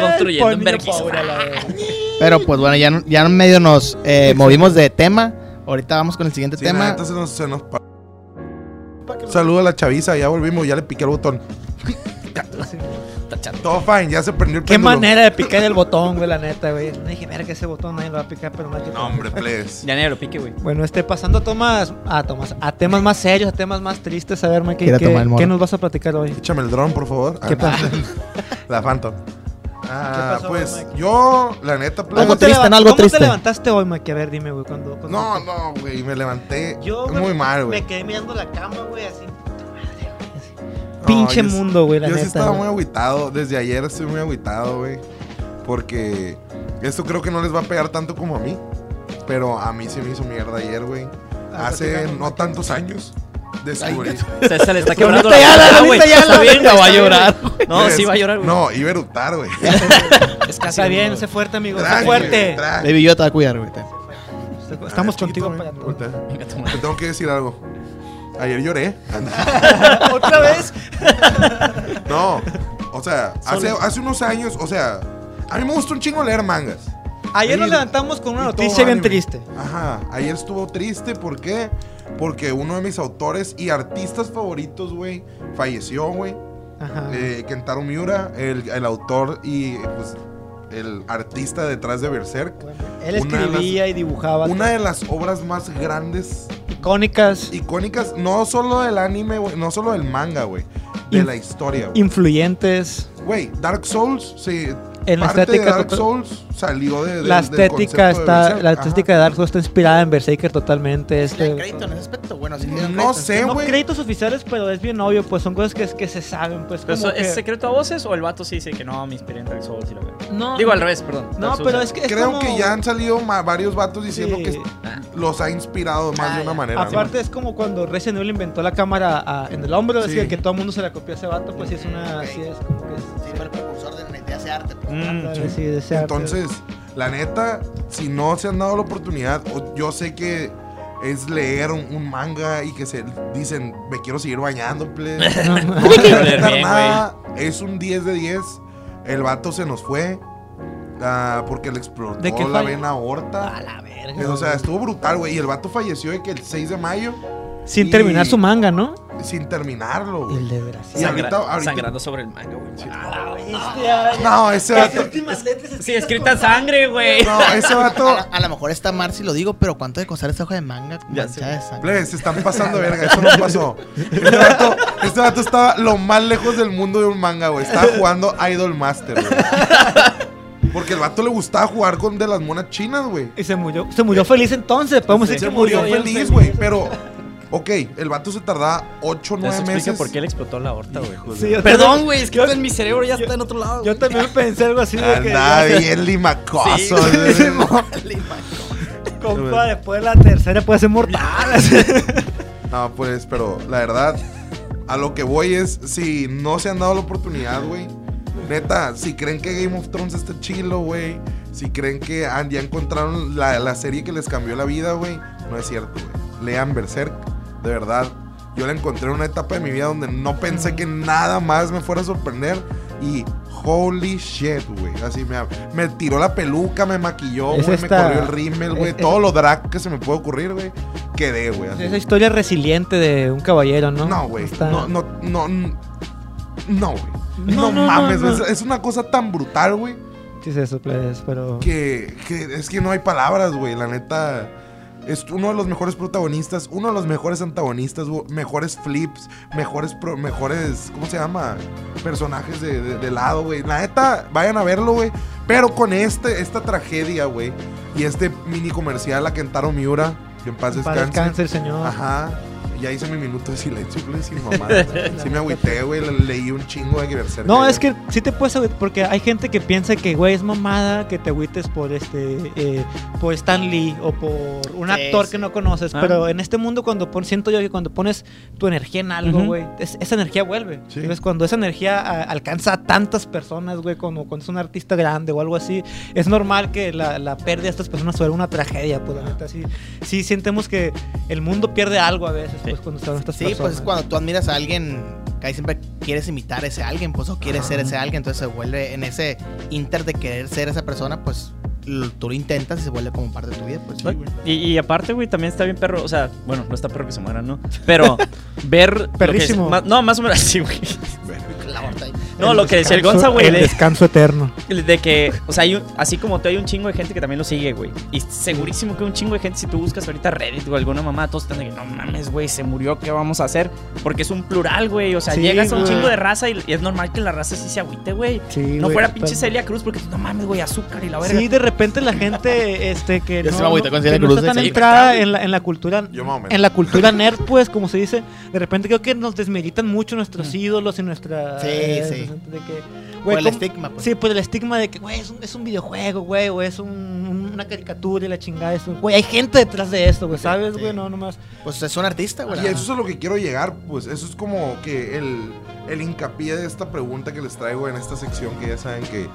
S7: construyendo
S4: Ay,
S7: un
S4: ponle
S7: verguizo.
S4: pobre a la verga.
S5: Eh.
S6: Pero pues bueno, ya, ya medio nos eh, movimos de tema. Ahorita vamos con el siguiente
S5: Sí, la
S6: tema.
S5: neta se nos, se nos pa- Saludo a la chaviza, ya volvimos, ya le piqué el botón.
S7: chato.
S5: Todo fine, ya se prendió el
S4: Qué
S5: péndulo.
S4: manera de picar el botón, güey, la neta, güey. No dije, verga, ese botón nadie lo va a picar, pero más que
S5: No, hombre, please.
S7: Ya negro, pique, güey.
S4: Bueno, este, pasando a Tomás, a Tomás, a temas más serios, a temas más tristes, a ver, Mike,
S6: Quiero
S4: ¿qué,
S6: tomar el morro.
S4: qué nos vas a platicar hoy?
S5: Échame el dron, por favor.
S4: ¿Qué
S5: Ah,
S4: pasó?
S5: La Phantom. Ah,
S4: pasó,
S5: pues
S4: Mike?
S5: yo, la neta, plebes,
S6: Algo
S4: te
S6: triste,
S4: levan-
S6: ¿no? Algo
S4: ¿Cómo
S6: triste.
S4: te levantaste hoy, Mike? A ver, dime, güey, cuando, cuando-
S5: No, no, güey, me levanté
S4: Yo, güey,
S5: muy mal, güey.
S4: Me quedé mirando la cama, güey, así. puta madre, güey, así.
S5: No, yo
S4: Pinche
S5: sí-
S4: mundo, güey, la
S5: Yo
S4: neta.
S5: sí estaba muy
S4: güey.
S5: aguitado. Desde ayer estoy muy aguitado, güey. Porque esto creo que no les va a pegar tanto como a mí. Pero a mí se me hizo mierda ayer, güey.
S4: Ah,
S5: Hace no tantos años descubrí.
S7: Se, se le está quebrando
S4: Lolita
S7: la
S4: Ayala,
S7: cara,
S4: Lolita
S7: güey.
S4: Ayala,
S7: Está bien,
S4: Lolita
S7: va a
S4: Ayala.
S7: llorar. No,
S5: Es-
S7: sí va a llorar, güey.
S5: No, iba a eructar, güey.
S7: es casi
S4: Está
S7: lo
S4: bien,
S7: mismo,
S4: sé fuerte, amigo, sé
S5: Tranqui,
S4: fuerte.
S5: tranqui.
S6: Baby, yo te voy a cuidar, güey.
S4: Estamos
S5: Ah, chiquito,
S4: contigo
S5: güey.
S4: para todo.
S5: Voltea.
S7: güey. Venga, tu madre.
S5: Te tengo que decir algo. Ayer lloré.
S4: ¿Otra vez?
S5: No, o sea, hace, hace unos años, o sea, a mí me gusta un chingo leer mangas.
S4: Ayer nos
S5: Sí,
S4: levantamos con una
S5: y
S4: noticia
S5: todo
S4: bien
S5: anime.
S4: triste.
S5: Ajá, ayer estuvo triste, ¿por qué? Porque uno de mis autores y artistas favoritos, güey, falleció, güey.
S4: Ajá.
S5: Eh, Kentaro Miura, el, el autor y pues el artista detrás de Berserk.
S4: Bueno, él
S5: una de las-
S4: escribía y dibujaba
S5: Una de las obras más grandes,
S4: icónicas,
S5: icónicas, no solo del anime, güey, no solo del manga, güey, de
S4: Inf-
S5: la historia, güey.
S4: influyentes.
S5: Güey, Dark Souls, sí.
S4: En la
S5: parte
S4: estética
S5: de Dark
S4: total-
S5: Souls salió de, de-
S4: la
S5: del
S4: estética
S5: concepto de
S4: está,
S5: Berserk.
S4: la
S5: Ajá.
S4: estética de Dark Souls está inspirada en Berserker totalmente.
S6: ¿Le dan
S4: Este,
S6: crédito en ese aspecto? Bueno, sí le dan
S5: Mm, No
S6: crédito.
S5: sé,
S4: no
S5: güey.
S4: créditos oficiales, pero es bien obvio, pues son cosas que, que se saben, pues.
S7: Pero
S4: como
S7: eso, ¿Es
S4: que-
S7: secreto a voces o el vato sí dice que no, me inspiré en Dark Souls y la verdad?
S4: no,
S7: Digo al revés, perdón.
S4: no, pero es que es
S5: Creo
S4: como-
S5: que ya han salido ma- varios vatos diciendo
S4: Sí.
S5: que los ha inspirado más de una manera. güey.
S4: Aparte es como cuando Resident Evil inventó la cámara ah, en el hombro, es
S5: Sí.
S4: que, que todo el mundo se la copió a ese vato, pues sí es una,
S6: Ok.
S4: sí es como que es-
S6: Sí, fue el precursor de la idea de arte. pues.
S7: Mm,
S4: ándale, sí, de ese arte.
S5: Entonces, la neta, si no se han dado la oportunidad, o- yo sé que es leer un, un manga y que se dicen, me quiero seguir bañando, ple".
S4: No,
S5: No
S4: no.
S5: voy a
S7: Quiero leer
S5: inventar
S7: bien,
S5: nada. Es un 10 de 10. El vato se nos fue ah, porque le explotó
S4: ¿De qué
S5: la
S4: falle-
S5: vena aorta.
S4: a la verga.
S5: O sea, estuvo brutal, güey. Y el vato falleció de que el 6 de mayo
S4: Sin
S5: y-
S4: terminar su manga, ¿no?
S5: sin terminarlo, güey.
S4: El de Brasil.
S5: Y
S7: Sangra-
S5: ahorita- ahorita-
S7: Sangrando sobre el manga, güey. Ah,
S5: No, ese vato.
S7: Sí, escrita en sangre, güey.
S5: No, ese vato.
S6: A, a lo mejor está mal si lo digo, pero ¿cuánto de costar esa hoja de manga?
S7: Ya
S6: manchada de sangre?
S5: Plebes, se están pasando de verga, eso no pasó. Este vato, este vato estaba lo más lejos del mundo de un manga, güey. Estaba jugando Idol Master, güey. Porque el vato le gustaba jugar con de las monas chinas, güey.
S4: Y se murió, se murió feliz entonces, podemos
S7: Sí,
S4: decir
S5: eh, Se
S4: que
S5: murió
S4: bien
S5: feliz, güey. Pero, ok, el vato se tardaba 8 o
S7: Eso
S5: 9
S7: explica
S5: meses.
S7: por qué le explotó la aorta, güey.
S4: Sí, yo
S7: Perdón,
S4: también-
S7: güey, es que en mi cerebro ya está en otro lado.
S4: Yo también pensé algo así de que
S5: Andaba Ah, bien limacoso.
S7: Sí.
S5: güey.
S4: compa,
S5: pues.
S4: después de la tercera puede ser mortal.
S5: No, pues, pero la verdad, a lo que voy es, si no se han dado la oportunidad, güey. Neta, si creen que Game of Thrones está chilo, güey. Si creen que han- ya encontraron la, la serie que les cambió la vida, güey. No es cierto, güey. Lean Berserk, de verdad. Yo la encontré en una etapa de mi vida donde no pensé que nada más me fuera a sorprender. Y holy shit, güey. Así me, me tiró la peluca, me maquilló,
S4: Es
S5: güey. Me
S4: esta- e
S5: corrió el rímel, güey.
S4: es- es-
S5: Todo lo drag que se me puede ocurrir, güey. Quedé, güey. así.
S4: Esa historia resiliente de un caballero, ¿no?
S5: No, güey.
S4: Está-
S5: No, no, no. n- No, güey. No,
S4: No, no,
S5: mames,
S4: no,
S5: güey.
S4: no.
S5: Es una cosa tan brutal, güey,
S4: Sí, es eso, plebes, pero.
S5: que, que es que no hay palabras, güey. La neta. Es uno de los mejores protagonistas, uno de los mejores antagonistas, güey, mejores flips, mejores, pro- mejores, ¿cómo se llama? Personajes de, de- de lado, güey. La neta, vayan a verlo, güey. Pero con este, esta tragedia, güey, y este mini comercial a Kentaro Miura, que en paz
S4: Para el
S5: descanse.
S4: cáncer, señor.
S5: Ajá. Ya hice mi minuto de silencio, güey, sin mamá. Sí me agüité, güey. le- Leí un chingo de Berserk.
S4: No, es que sí te puedes agüitar, porque hay gente que piensa que, güey, es mamada que te agüites por este, eh, por Stan Lee o por un
S6: Sí,
S4: actor
S6: sí.
S4: que no conoces,
S7: Ah.
S4: pero en este mundo cuando pon, siento yo que cuando pones tu energía en algo,
S7: Ujú.
S4: güey, es- esa energía vuelve.
S5: Sí.
S4: Entonces, cuando esa energía a- alcanza a tantas personas, güey, como cuando es un artista grande o algo así, es normal que la, la pérdida de estas personas sea una tragedia, pues la neta, sí, sí sentemos que el mundo pierde algo a veces,
S7: Sí.
S4: pues cuando están estas
S6: Sí,
S4: personas.
S6: pues es cuando tú admiras a alguien, que ahí siempre quieres imitar a ese alguien, pues o quieres ser ese alguien, entonces se vuelve en ese inter de querer ser esa persona, pues lo- tú lo intentas y se vuelve como parte de tu vida, pues.
S7: Y, y aparte, güey, también está bien perro. O sea, bueno, no está perro que se muera, ¿no? Pero ver. lo que es-
S4: Perrísimo.
S7: ma- no, más o menos así, güey.
S6: La aorta ahí.
S7: No, lo que decía el Gonza,
S4: descanso-
S7: güey.
S4: el
S7: de-
S4: descanso eterno.
S7: De que, o sea, hay un- así como tú, hay un chingo de gente que también lo sigue, güey. Y segurísimo que un chingo de gente, si tú buscas ahorita Reddit o alguna mamá, todos están de que no mames, güey, se murió, ¿qué vamos a hacer? Porque es un plural, güey. O sea,
S4: Sí,
S7: llegas a un
S4: güey.
S7: chingo de raza y, y es normal que la raza sí se agüite, güey.
S4: Sí,
S7: no
S4: güey,
S7: fuera pinche
S4: total.
S7: Celia Cruz, porque no mames, güey, azúcar y la verga.
S4: Sí, de repente la gente este, que
S6: Ya
S4: no,
S6: se me agüita
S4: no-
S6: con Celia
S4: que no
S6: Cruz,
S4: está tan
S6: eh, sí.
S4: entrada en la, en la cultura
S5: Yo más o menos.
S4: en la cultura nerd, pues, como se dice, de repente creo que nos desmeritan mucho
S7: Mm.
S4: nuestros ídolos y nuestra...
S6: Sí,
S4: eh,
S6: sí.
S4: De que,
S6: Por
S4: güey,
S6: el
S4: ¿cómo-
S6: estigma, pues.
S4: Sí, pues el estigma de que, güey, es un, es un videojuego, güey, o es un- una caricatura y la chingada. Es un- güey, hay gente detrás de esto, güey, ¿sabes,
S6: sí.
S4: güey? No, nomás.
S6: Pues es un artista, güey.
S5: Y eso es a lo que quiero llegar, pues eso es como que el, el hincapié de esta pregunta que les traigo en esta sección que ya saben que... eh,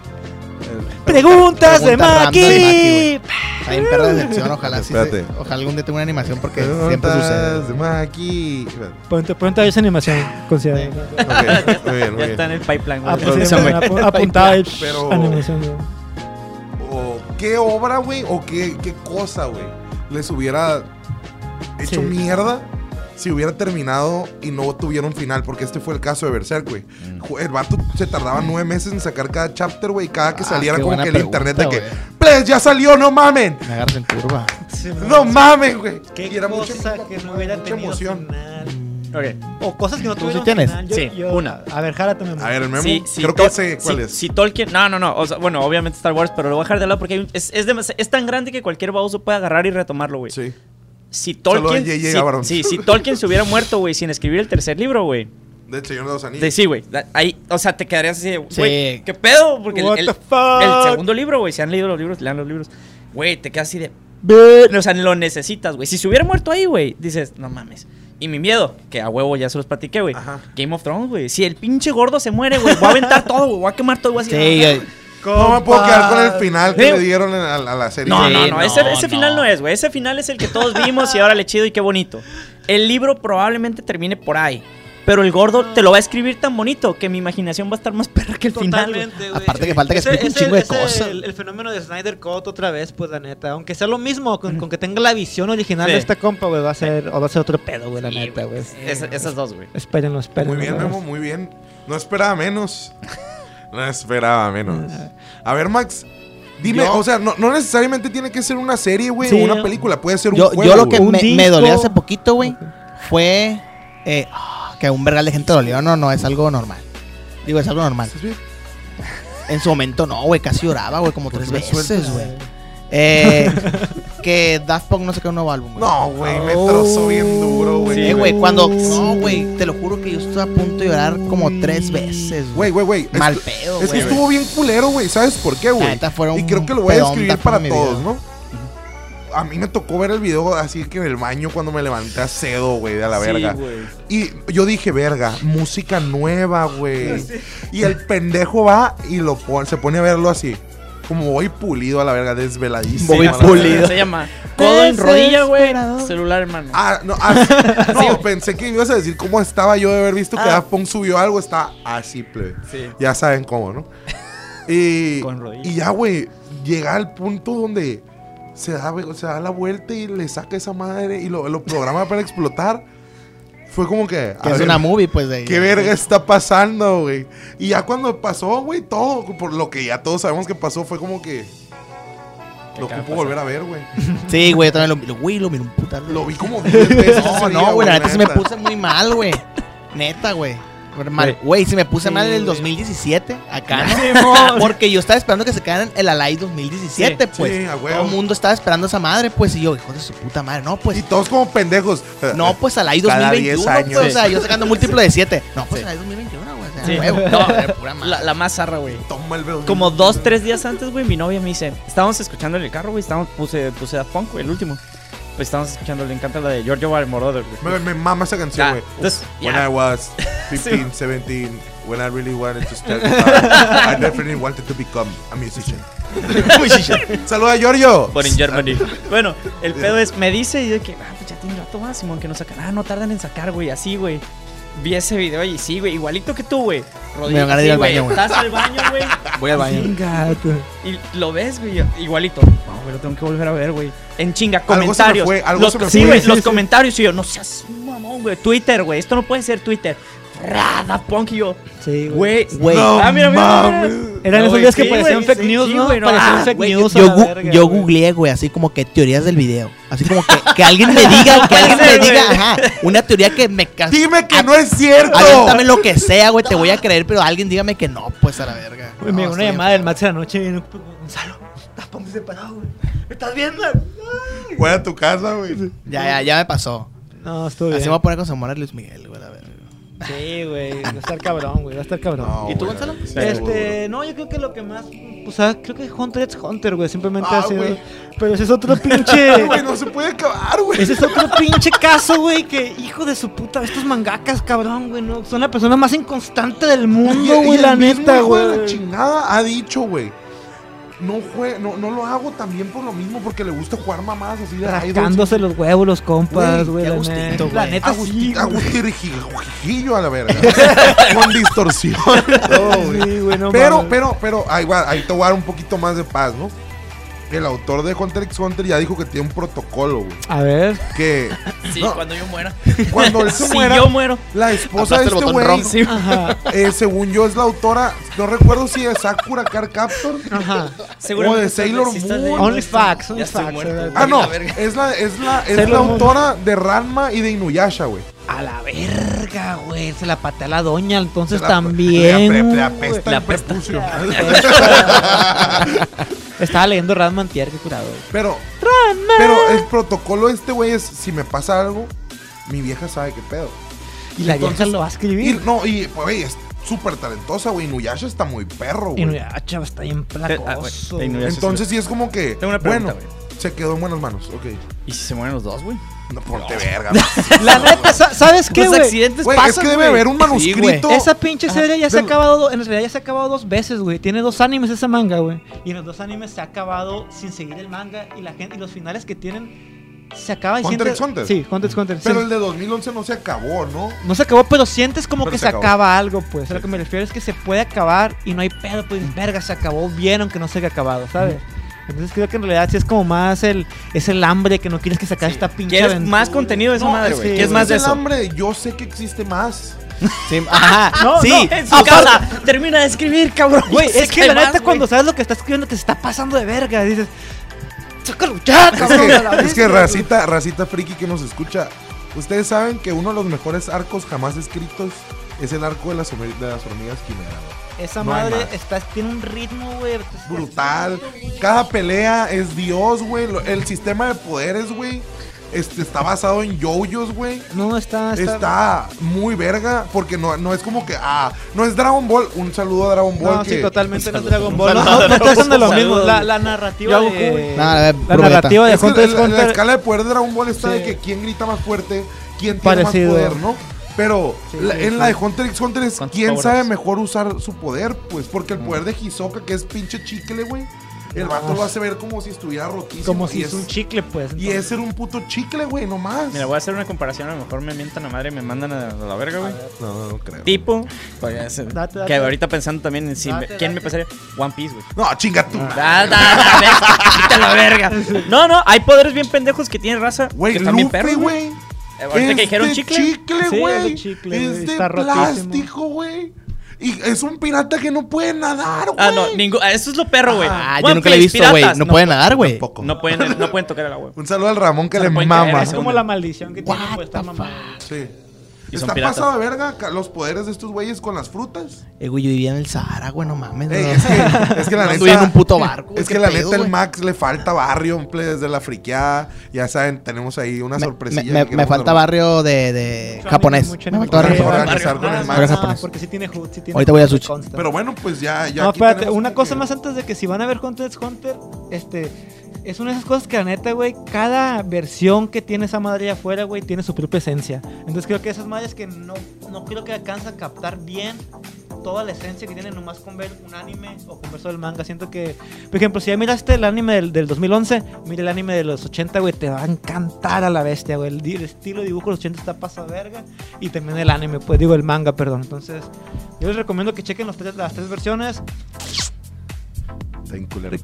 S4: ¡Preguntas de
S6: Pregunta random de
S4: Maki!
S6: Está en perra de decepción, ojalá sí. se-
S5: Espérate.
S6: ojalá algún día tenga una animación porque siempre sucede.
S5: Preguntas de Maki.
S4: Ponte, ponte a esa animación, considera.
S5: Ok, muy bien, muy
S7: Ya está
S5: bien.
S7: en el pipeline, güey.
S4: Ah, pues, sí,
S5: Eso,
S4: me- apu- apuntada ahí,
S5: Pero-
S4: animación, güey.
S5: O, ¿Qué obra, güey? ¿O qué, qué cosa, güey? Les hubiera hecho
S4: Sí.
S5: mierda si hubiera terminado y no tuviera un final, porque este fue el caso de Berserk, güey.
S6: Mm.
S5: Ju- El vato se tardaba nueve meses en sacar cada chapter, güey, y cada que
S6: Ah,
S5: saliera
S6: qué
S5: como
S6: buena
S5: que el
S6: pregunta,
S5: internet de que,
S6: güey.
S5: ¡Please, ya salió, no mamen!
S6: Me agarras en curva.
S5: ¡No mames, güey!
S4: Qué
S5: Y era mucha-
S4: cosa que no hubiera
S5: mucha
S4: tenido
S5: emoción.
S4: final.
S7: Ok.
S4: O cosas que no
S6: ¿Tú
S4: tuvieron
S6: sí tienes?
S4: final. Yo-
S7: Sí,
S4: yo-
S7: una.
S4: A ver, jálate, mi amor.
S5: A ver, el memo,
S7: Sí, sí,
S5: creo que
S7: Tol-
S5: sé cuál
S7: sí,
S5: es.
S7: Si Tolkien. No, no, no. o sea, bueno, obviamente Star Wars, pero lo voy a dejar de lado porque hay un- es, es, demasi- es tan grande que cualquier baboso puede agarrar y retomarlo, güey.
S5: Sí.
S7: Si
S5: Saludos a
S7: Tolkien.
S5: J.J.
S7: si-
S5: Abrams.
S7: sí, si Tolkien se hubiera muerto, güey, sin escribir el tercer libro, güey.
S5: De Señor de los Anillos.
S7: De- Sí, güey. da- Ahí, o sea, te quedarías así, de, güey.
S6: Sí.
S7: ¿Qué pedo? Porque el,
S4: What
S7: el-
S4: the fuck?
S7: el segundo libro, güey, si han leído los libros, lean los libros. Güey, te quedas así de. O sea, lo necesitas, güey. Si se hubiera muerto ahí, güey, dices, no mames. Y mi miedo, que a huevo ya se los platiqué, güey.
S5: Ajá.
S7: Game of Thrones, güey. Si el pinche gordo se muere, güey, voy a aventar todo, güey. Voy a quemar todo, güey. así,
S6: Sí,
S7: no,
S6: eh,
S5: No me puedo quedar con el
S4: Compa.
S5: final que
S7: Sí.
S5: le dieron en- a, a la serie.
S7: No,
S6: Sí,
S7: no, no, ese,
S6: no,
S7: ese final
S6: no.
S7: no es, güey. Ese final es el que todos vimos y ahora le chido y qué bonito. El libro probablemente termine por ahí. Pero el gordo te lo va a escribir tan bonito que mi imaginación va a estar más perra que el final. güey.
S4: Totalmente, güey.
S6: Aparte que falta que
S4: Ese-
S6: explique un
S4: ese-
S6: chingo de
S4: ese
S6: cosas.
S4: El, el fenómeno de Snyder Cut otra vez, pues la neta. Aunque sea lo mismo, con, con que tenga la visión original
S7: Sí.
S4: de esta compa, güey, va a ser, o va a ser otro pedo, güey, la neta, güey.
S7: Esa- esas dos, güey.
S4: Espérenlo, espérenlo.
S5: Muy bien, Memo, muy bien. No esperaba menos. No esperaba menos. A ver, Max, dime,
S6: Yo-
S5: o sea, no, no necesariamente tiene que ser una serie, güey,
S4: Sí,
S5: o una
S4: yo-
S5: película, puede ser un
S6: Yo,
S5: juego.
S6: yo lo que
S5: güey.
S4: un
S6: me, me
S4: disco.
S6: dolió hace poquito, güey, fue eh, ah, que a un vergal de gente dolió. No, no, es algo normal. Digo, es algo normal.
S5: ¿Estás bien?
S6: En su momento no, güey, casi lloraba, güey, como tres
S5: Pues me
S6: veces, güey. Eh, que Daft Punk no saca un nuevo álbum, güey.
S5: No, güey, me trozó bien duro, güey.
S6: Eh, güey, cuando. No, güey, te lo juro que yo estuve a punto de llorar como tres veces,
S5: Güey, güey,
S6: güey.
S5: güey. es-
S6: Mal pedo,
S5: Es que
S6: güey.
S5: estuvo bien culero, güey. ¿Sabes por qué, güey?
S6: neta, fueron
S5: Y creo que lo
S6: un
S5: voy a
S6: pedón
S5: escribir
S6: Daft
S5: para
S6: Punk en mi
S5: todos,
S6: vida.
S5: ¿no? A mí me tocó ver el video así que en el baño cuando me levanté a cedo, güey, de a la verga. Y yo dije, verga, música nueva, güey. Y el pendejo va y lo pon- se pone a verlo así. Como voy pulido a la verga, desveladísimo.
S7: Se
S5: a la
S7: llama-
S5: verga.
S7: Se llama codo en rodilla, güey.
S6: Desesperado.
S7: Celular, hermano.
S5: Ah, no, ah, no, pensé que ibas a decir cómo estaba yo de haber visto que Daft Punk subió algo. Está así, plebe.
S7: Ah. Sí.
S5: Ya saben cómo, ¿no? Y,
S7: Con rodillas.
S5: y ya, güey, llega al punto donde se da, güey, se da la vuelta y le saca esa madre y lo, lo programa para explotar. Fue como que...
S6: Que
S5: a
S6: es
S5: ver,
S6: una movie, pues. De,
S5: ¿Qué verga está pasando, güey? Y ya cuando pasó, güey, todo, por lo que ya todos sabemos que pasó, fue como que... Lo
S7: acaba de
S5: ocupo
S7: pasar?
S5: volver a ver, güey.
S6: Sí, güey, yo también lo, lo, güey, lo miré un putal.
S5: Lo vi como 10 veces.
S6: No,
S5: ese
S6: no,
S5: día,
S6: güey, la neta se me puse muy mal, güey. Neta, güey. Mal. Güey, se me puse mal en el 2017, acá, ¿no? Porque yo estaba esperando que se quedaran el Alive 2017,
S5: Sí,
S6: pues.
S5: a huevo.
S6: Todo el mundo estaba esperando esa madre, pues. Y yo, hijo de su puta madre, no, pues.
S5: Y todos como pendejos.
S6: No, pues Alay
S5: Cada
S6: 2021,
S5: 10 años.
S6: pues, o sea, yo sacando múltiplo de 7. No, pues Alay 2021, güey, o sea,
S7: Sí.
S6: huevo.
S7: No,
S6: Era pura madre.
S7: La, la más zarra, güey.
S5: Toma el dedo.
S7: Como dos, tres días antes, güey, mi novia me dice, estábamos escuchando en el carro, güey, estábamos, puse, puse Daft Punk, güey, el último. Pues estábamos escuchando, le encanta la de Giorgio Moroder, güey.
S5: Me, me mama esa canción,
S7: Ya,
S5: güey.
S7: entonces,
S5: When
S7: ya.
S5: I was 15, 17, when I really wanted to start guitar, I definitely wanted to become a musician. Saluda a Giorgio.
S7: Por in Germany. bueno, el pedo es, me dice y yo de que, ah, pues ya tiene rato más, Simón, que no sacan. Ah, no tardan en sacar, güey, así, güey. Vi ese video y sí, güey, igualito que tú, güey.
S6: Me van a ir
S7: sí,
S6: al baño, güey.
S7: Estás al baño, güey.
S6: Voy al baño.
S7: Y lo ves, güey, igualito. No, güey, lo tengo que volver a ver, güey. En chinga,
S5: Algo se me
S7: comentarios.
S5: fue, algo
S7: los,
S5: se me
S7: sí,
S5: fue.
S7: güey,
S5: Sí,
S7: los
S5: sí.
S7: comentarios. Y yo, no seas un mamón, güey. Twitter, güey. Esto no puede ser Twitter. ¡Ra, Daft Punk! Y yo,
S4: Sí, güey.
S7: güey,
S6: Güey.
S5: No
S7: ah, mira, mira, mira.
S5: mames.
S4: Eran
S7: No,
S4: esos
S7: güey,
S4: días que
S7: sí,
S4: parecían
S7: güey,
S4: fake
S7: sí,
S4: news,
S7: sí,
S4: ¿no?
S7: güey, no,
S4: Parecían
S7: ah,
S4: fake
S7: güey,
S4: news. a
S6: Yo,
S4: la
S6: gu-
S4: verga,
S6: yo
S4: güey.
S6: googleé, güey, así como que teorías del video. Así como que, que alguien me diga, que alguien me
S7: Puede ser,
S6: diga,
S7: güey.
S6: ajá, una teoría que me ca-
S5: Dime que no es cierto.
S6: Aviéntame lo que sea, güey, te voy a creer, pero alguien dígame que no, pues a la verga.
S4: Güey,
S6: No,
S4: me llegó una
S6: estoy
S4: llamada del
S6: enfermo.
S4: Max de la noche y no, Gonzalo, tampoco se parado, güey. ¿Me estás viendo?
S5: Voy a tu casa, güey.
S6: Ya, ya, ya me pasó.
S4: No, estuvo bien.
S6: Así me voy a poner con Samora Luis Miguel, güey, a la verga.
S4: Sí, güey. Va a estar cabrón, güey. Va a estar cabrón.
S5: No,
S6: ¿Y tú,
S5: güey,
S6: Gonzalo?
S5: sí, güey.
S4: Este, no, yo creo que lo que más. O sea, creo que Hunter es Hunter, güey. Simplemente
S5: Ah,
S4: ha sido.
S5: güey.
S4: Pero ese es otro pinche.
S5: No, güey, no se puede acabar, güey.
S4: ese es otro pinche caso, güey. Que hijo de su puta. Estos mangakas, cabrón, güey. No, son la persona más inconstante del mundo,
S5: Y- y
S4: güey.
S5: el
S4: La
S5: mismo
S4: neta,
S5: hijo de La
S4: güey.
S5: chingada ha dicho, güey. No, jue no, no lo hago también por lo mismo, porque le gusta jugar mamás así de idols.
S4: Rascándose los huevos, los compas,
S6: Güey,
S4: güey.
S6: qué
S4: La
S6: agustito,
S4: neta,
S6: güey.
S4: La neta Ah, sí,
S5: Agustín,
S4: güey.
S5: Agustín Gijillo a la verga. Con distorsión. No, güey.
S4: Sí, güey, no
S5: pero,
S4: mames.
S5: pero, pero, ahí, va, ahí te voy a dar un poquito más de paz, ¿no? El autor de Hunter x Hunter ya dijo que tiene un protocolo, güey.
S4: A ver.
S5: Que
S7: Sí,
S5: No.
S7: cuando yo muera.
S5: cuando él se
S7: Si
S5: muera,
S7: yo muero.
S5: la esposa
S6: Aplasta
S5: de
S6: el
S5: este
S6: botón
S5: güey,
S6: rojo.
S7: Sí,
S4: Ajá.
S5: eh, según yo, es la autora. No recuerdo si de Sakura Car Captor.
S4: Ajá.
S7: seguramente.
S5: O de Sailor
S7: sí estás
S5: Moon.
S7: leyendo
S4: Only
S7: esto.
S4: facts, only
S7: Ya estoy
S4: facts,
S7: muerto,
S4: ¿verdad?
S7: güey.
S5: Ah, no.
S7: La verga.
S5: Es la, es la, es la
S4: Sailor Moon.
S5: autora de Ranma y de Inuyasha, güey.
S4: A la verga, güey. Se la patea la doña, entonces
S5: La-
S4: también.
S5: Le, ap- le
S4: güey.
S5: apesta
S7: Le
S5: el
S7: apesta.
S5: prepucio.
S4: Estaba leyendo Radman Antier, qué curado.
S5: Pero. Pero el protocolo de este güey es: si me pasa algo, mi vieja sabe qué pedo.
S4: Y la
S5: Entonces-
S4: vieja lo va a
S5: Y,
S4: escribir.
S5: no, y, pues, güey, es súper talentosa, güey. Inuyasha está muy perro,
S4: Y no,
S5: güey.
S4: ya, chava, está bien
S7: Ah, güey,
S4: placoso.
S7: ahí no, ya se-
S5: Entonces, sí es como que.
S7: Tengo una pregunta,
S5: bueno,
S7: güey.
S5: se quedó en buenas manos, ok.
S7: ¿Y si se mueren los dos, güey?
S5: No, ponte verga.
S4: La neta, sa- ¿sabes qué,
S7: Los
S4: güey?
S7: accidentes
S5: Güey, es
S7: pasan,
S5: que debe
S7: güey.
S5: haber un manuscrito.
S4: Esa pinche serie ya se ha
S5: Del-
S4: acabado, do- en realidad ya se ha acabado dos veces, güey. Tiene dos animes esa manga, güey. Y en los dos animes se ha acabado sin seguir el manga y la gente y los finales que tienen se acaba y
S5: Hunter
S4: sientes-
S5: x Hunter.
S4: Sí, Hunter x Hunter.
S5: pero
S4: sí.
S5: el de 2011 no se acabó, ¿no?
S4: No se acabó, pero sientes como
S5: Pero
S4: que
S5: se
S4: se,
S5: acabó.
S4: acaba algo, pues. A lo que me refiero es que se puede acabar y no hay pedo, pues, verga, se acabó bien aunque no se haya acabado, ¿sabes? Entonces creo que en realidad sí es como más el... Es el hambre que no quieres que se acabe esta pinche
S7: ¿Quieres
S4: aventura.
S7: más contenido de esa
S5: No,
S7: madre,
S5: es
S7: güey?
S4: que-
S7: ¿Quieres más de
S5: el
S7: eso?
S5: hambre. Yo sé que existe más.
S6: Sí, ajá,
S4: No,
S6: sí.
S4: no,
S7: En su casa. Termina de escribir, cabrón.
S4: Güey,
S7: Yo sé
S4: es que
S7: hay
S4: la
S7: más,
S4: neta
S7: güey.
S4: cuando sabes lo que estás escribiendo te está pasando de verga. Dices... Sácalo ya,
S5: Es
S4: cabrón. a la
S5: que, es que
S4: verga".
S5: racita, racita friki que nos escucha. Ustedes saben que uno de los mejores arcos jamás escritos es el arco de las, hormi- de las hormigas quimera. güey.
S4: Esa
S5: no hay
S4: madre
S5: más.
S4: está, tiene un ritmo, güey.
S5: Brutal. Cada pelea es Dios, güey. Lo- El sistema de poderes, güey. Este, está basado en yoyos, güey.
S4: No, Ah, está...
S5: Está muy verga. Porque no, no es como que. Ah, no es Dragon Ball. Un saludo a Dragon Ball.
S4: No,
S5: que,
S4: sí, totalmente no es Dragon Ball. No,
S7: saludo.
S4: no, no estás haciendo lo mismo.
S7: Saludos.
S4: La, la narrativa
S7: Yo hago
S4: de...
S6: No, a ver,
S4: La
S6: puro
S4: narrativa de
S5: Es que
S4: Hunter x
S5: la, la
S4: Hunter...
S5: escala de poder de Dragon Ball está de
S4: Sí.
S5: que quién grita más fuerte, quién tiene
S4: Parecido.
S5: más poder, ¿no? Pero
S4: Sí,
S5: la-
S4: sí,
S5: en
S4: sí.
S5: la de Hunter x Hunter es
S7: ¿Cuántos
S5: quién
S7: power-ups?
S5: sabe mejor usar su poder, pues, porque el poder de Hisoka, que es pinche chicle, güey, el vato lo hace ver como si estuviera rotísimo.
S4: Como
S5: y
S4: si es un chicle, pues.
S5: Y
S4: entonces.
S5: ese era un puto chicle, güey, nomás.
S7: Mira, voy a hacer una comparación. A lo mejor me mientan la madre y me mandan a a la verga, güey.
S5: No, no creo.
S7: Tipo. podría ser-
S4: Date, date.
S7: Que ahorita pensando también en si me-
S4: Date,
S7: quién me
S4: date.
S7: pasaría. One Piece, güey.
S5: No, chinga tú.
S7: Da, da, da, ve, quita la verga. No, no, hay poderes bien pendejos que tiene raza.
S5: Güey,
S7: que están bien
S5: Luffy,
S7: perros,
S5: güey.
S7: güey.
S5: Este
S7: Eh, Ahorita que dijeron chicle.
S4: Sí,
S5: güey.
S4: es de
S5: es de,
S4: chicle, güey, está rotísimo.
S5: plástico, güey. Y es un pirata que no puede nadar, güey.
S7: Ah, no, ningún. ah, Eso es lo perro, güey.
S6: Ah, yo
S7: One
S6: nunca le he
S4: pues,
S7: Piece,
S6: visto, güey.
S7: piratas,
S6: No puede nadar, güey.
S5: Tampoco.
S7: No pueden, no pueden tocar el agua.
S5: Un saludo al Ramón que
S7: No
S5: le
S7: pueden
S5: mama.
S7: creer
S4: Es
S7: eso.
S4: como la maldición que tiene
S6: What
S4: pues esta
S6: the
S4: mamá.
S5: Sí.
S7: Y son
S5: Está
S7: piratas.
S5: pasado de verga ca- los poderes de estos güeyes con las frutas.
S6: Eh, güey, yo vivía en el Sahara, güey, no mames.
S5: Ey,
S6: no.
S5: es, que, es que la
S6: No
S5: neta.
S6: estoy en un puto barco, güey,
S5: Es que
S6: qué
S5: la
S6: pedo,
S5: neta, el
S6: güey.
S5: Max le falta barrio, un play desde la friqueada. Ya saben, tenemos ahí una
S6: Me-
S5: sorpresilla.
S6: me- me,
S5: que
S6: me
S5: queremos
S6: falta
S5: armar.
S6: barrio de, de
S4: Mucho
S6: japonés.
S4: anime, mucho
S6: Me
S4: anime.
S6: falta barrio
S5: Vamos a
S6: japonés.
S5: organizar con el
S4: Ah,
S5: Max.
S4: ah,
S6: japonés.
S4: Porque sí tiene hood, sí tiene
S6: Ahorita
S4: hood,
S6: voy a
S4: me
S6: Sushi.
S4: consta.
S5: Pero bueno, pues ya. ya
S4: no,
S5: aquí
S4: espérate,
S5: tenemos
S4: una
S5: que-
S4: cosa más antes de que si van a ver Hunter x Hunter, este, es una de esas cosas que la neta, güey, cada versión que tiene esa madre allá afuera, güey, tiene su propia esencia. Entonces creo que esas madres que no, no creo que alcanza a captar bien toda la esencia que tiene nomás con ver un anime o con ver solo el manga. Siento que, por ejemplo, si ya miraste el anime del, del 2011, mira el anime de los 80, güey, te va a encantar a la bestia, güey. El, di- el estilo de dibujo de los 80 está pasa verga y también el anime, pues digo el manga, perdón. Entonces, yo les recomiendo que chequen los tres- las tres versiones.
S5: Está en culero.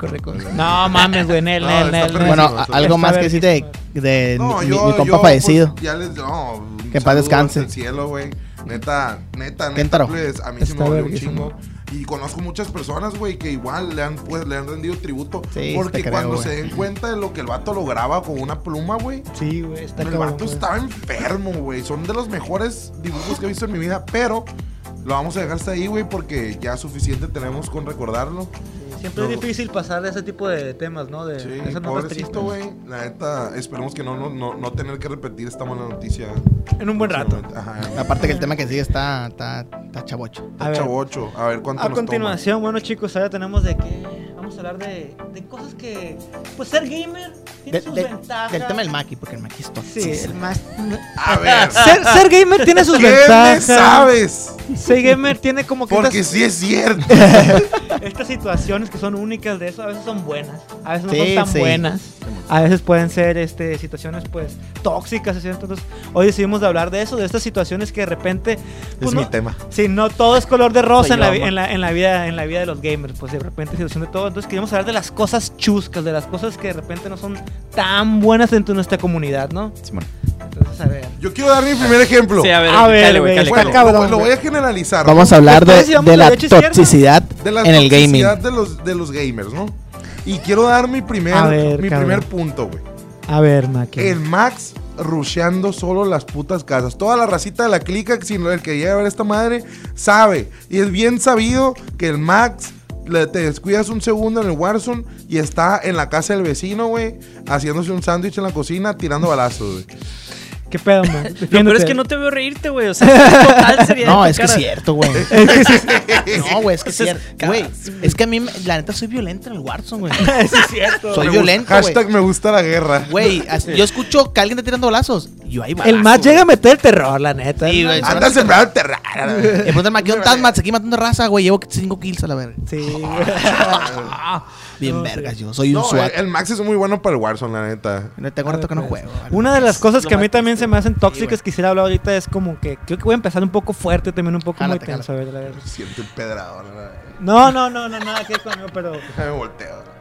S4: No mames, güey, Nel,
S5: No,
S4: Nel,
S5: está
S4: Nel, Nel.
S5: perrísimo.
S6: Bueno,
S5: Está
S6: a- algo más que decir de,
S4: verguísima.
S6: de
S5: No,
S6: Eh, mi,
S5: yo-
S6: mi compa
S5: yo,
S6: fallecido.
S5: pues, ya les. No, un
S6: Que en paz
S5: saludo
S6: descanse.
S5: hasta El cielo, güey. Neta, neta, neta.
S6: Kéntaro.
S5: Pues, a mí sí me
S6: Está
S5: valió un
S6: verguísima.
S5: chingo. Y conozco muchas personas, güey, que igual le han, pues, le han rendido tributo.
S6: Sí,
S5: porque
S6: te creo,
S5: cuando
S6: güey.
S5: se den cuenta de lo que el vato lograba con una pluma, güey.
S4: Sí, güey, está
S5: El
S4: cabrón,
S5: vato
S4: güey.
S5: estaba enfermo, güey. Son de los mejores dibujos que he visto en mi vida, pero lo vamos a dejar hasta ahí, güey, porque ya suficiente tenemos con recordarlo.
S4: Siempre
S5: No.
S4: es difícil pasar de ese tipo de temas, ¿no? De
S5: Sí,
S4: esas notas tristes.
S5: pobrecito, güey. La neta, esperemos que no, no, no, no tener que repetir esta mala noticia.
S4: En un buen rato.
S5: próximamente. Ajá.
S6: Aparte que el tema que sigue está, está, está chavocho.
S4: A ver.
S5: Chavocho. A ver cuánto
S4: A
S5: nos
S4: continuación, bueno chicos, ahora tenemos de qué vamos a hablar de, de cosas que pues ser gamer tiene
S6: De-
S4: sus
S6: de-
S4: ventajas.
S6: del tema del Maki, porque el Maki es tóxico.
S4: Sí, el más
S5: toma. A ver.
S4: ser, ser gamer tiene sus
S5: ¿Qué me
S4: ventajas.
S5: sabes?
S4: Ser gamer tiene como que
S5: Porque
S4: estas,
S5: sí es cierto.
S4: estas situaciones que son únicas de eso, a veces son buenas, a veces no
S6: Sí,
S4: son tan
S6: sí.
S4: buenas. A veces pueden ser este, situaciones pues tóxicas, así, entonces hoy decidimos de hablar de eso, de estas situaciones que de repente pues, no-
S5: tema.
S4: Sí, no todo es color de rosa
S7: Soy
S4: en la,
S7: yo,
S4: vi-
S7: amor.
S4: en, la, en la vida, en la vida de los gamers. Pues de repente situación de todo. Entonces queríamos hablar de las cosas chuscas, de las cosas que de repente no son tan buenas dentro de nuestra comunidad, ¿no?
S7: Simón.
S4: Entonces, a ver.
S5: Yo quiero dar mi primer ejemplo.
S7: Sí, a ver,
S4: A ver,
S7: cale, güey,
S4: güey,
S7: cale, cale.
S4: está
S5: bueno,
S4: cabrón,
S5: lo, lo
S4: güey.
S5: voy a generalizar. ¿no?
S6: Vamos a hablar de,
S4: Entonces, si vamos
S6: de
S4: de
S6: la
S4: derecha a izquierda.
S6: toxicidad
S5: de la
S6: en el gaming.
S5: toxicidad de los, de los gamers, ¿no? Y quiero dar mi
S4: A
S5: primer,
S4: ver,
S5: mi
S4: cabrón.
S5: primer punto, güey.
S4: A ver, Maki.
S5: El Max rusheando solo las putas casas. Toda la racita de la clica, sin el que llega a ver esta madre, sabe. Y es bien sabido que el Max le- te descuidas un segundo en el Warzone y está en la casa del vecino, güey, haciéndose un sándwich en la cocina, tirando balazos, güey.
S4: ¿Qué pedo, man?
S7: Lo peor es que no te veo reírte, güey. O sea, es total seriedad
S6: No,
S7: en tu
S6: es que es
S7: cara.
S6: cierto, güey. No, güey, es que es
S7: Esas
S6: cierto. Güey, es que a mí, me- la neta, soy violento en el Warzone, güey.
S4: es cierto.
S6: Soy
S5: Me gu-
S6: violento, güey.
S5: Hashtag me gusta la guerra.
S6: Güey, as- yo escucho que alguien te tirando balazos. Yo ahí va.
S4: El más llega a meter terror, la neta.
S6: Sí,
S4: ¿no?
S6: güey.
S5: Anda sembrado terrar.
S6: De pronto el Maki, ¿dónde estás, Max? Aquí matando raza, güey. Llevo 5 kills a la verga.
S4: Sí, güey.
S6: Bien
S4: No, eh,
S6: vergas,
S4: sí.
S6: yo. Soy un
S5: No, el,
S6: SWAT.
S5: el Max es muy bueno para el Warzone, la neta.
S6: No tengo rato que no juego. vale.
S4: eh, pues, Una de las cosas
S7: Lo
S4: que a mí
S7: más
S4: también se me hacen tóxicas,
S6: güey.
S4: quisiera hablar ahorita, es como que creo que voy a empezar un poco fuerte, también un poco
S6: Jálate,
S4: muy tenso. a ver, a ver.
S5: Siento empedrado, la verdad.
S4: No, no, no, no, nada que ver conmigo, pero.
S5: Déjame volteo.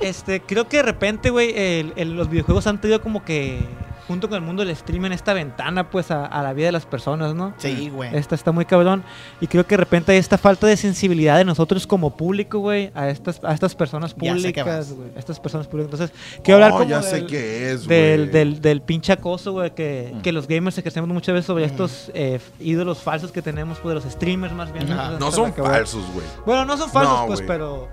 S4: Este, creo que de repente, güey, el- el- los videojuegos han tenido como que, junto con el mundo del streaming, esta ventana, pues, a, a la vida de las personas, ¿no? Eh,
S6: Sí, güey.
S4: Esta está muy cabrón. Y creo que de repente hay esta falta de sensibilidad de nosotros como público, güey, a estas, a estas personas
S6: Ya sé qué
S4: públicas,
S6: vas.
S4: güey. a Estas personas públicas. Entonces, quiero hablar
S5: Oh,
S4: como
S5: ya
S4: del,
S5: sé qué es, Pues, güey.
S4: del, del, del pinche acoso, güey, que, que los gamers ejercemos muchas veces sobre estos eh, ídolos falsos que tenemos, pues, de los streamers más bien.
S6: Ajá.
S4: Entonces,
S5: No
S4: está
S5: son
S4: la cabrón.
S5: falsos, güey.
S4: Bueno, no son falsos,
S5: No,
S4: pues,
S5: güey.
S4: pero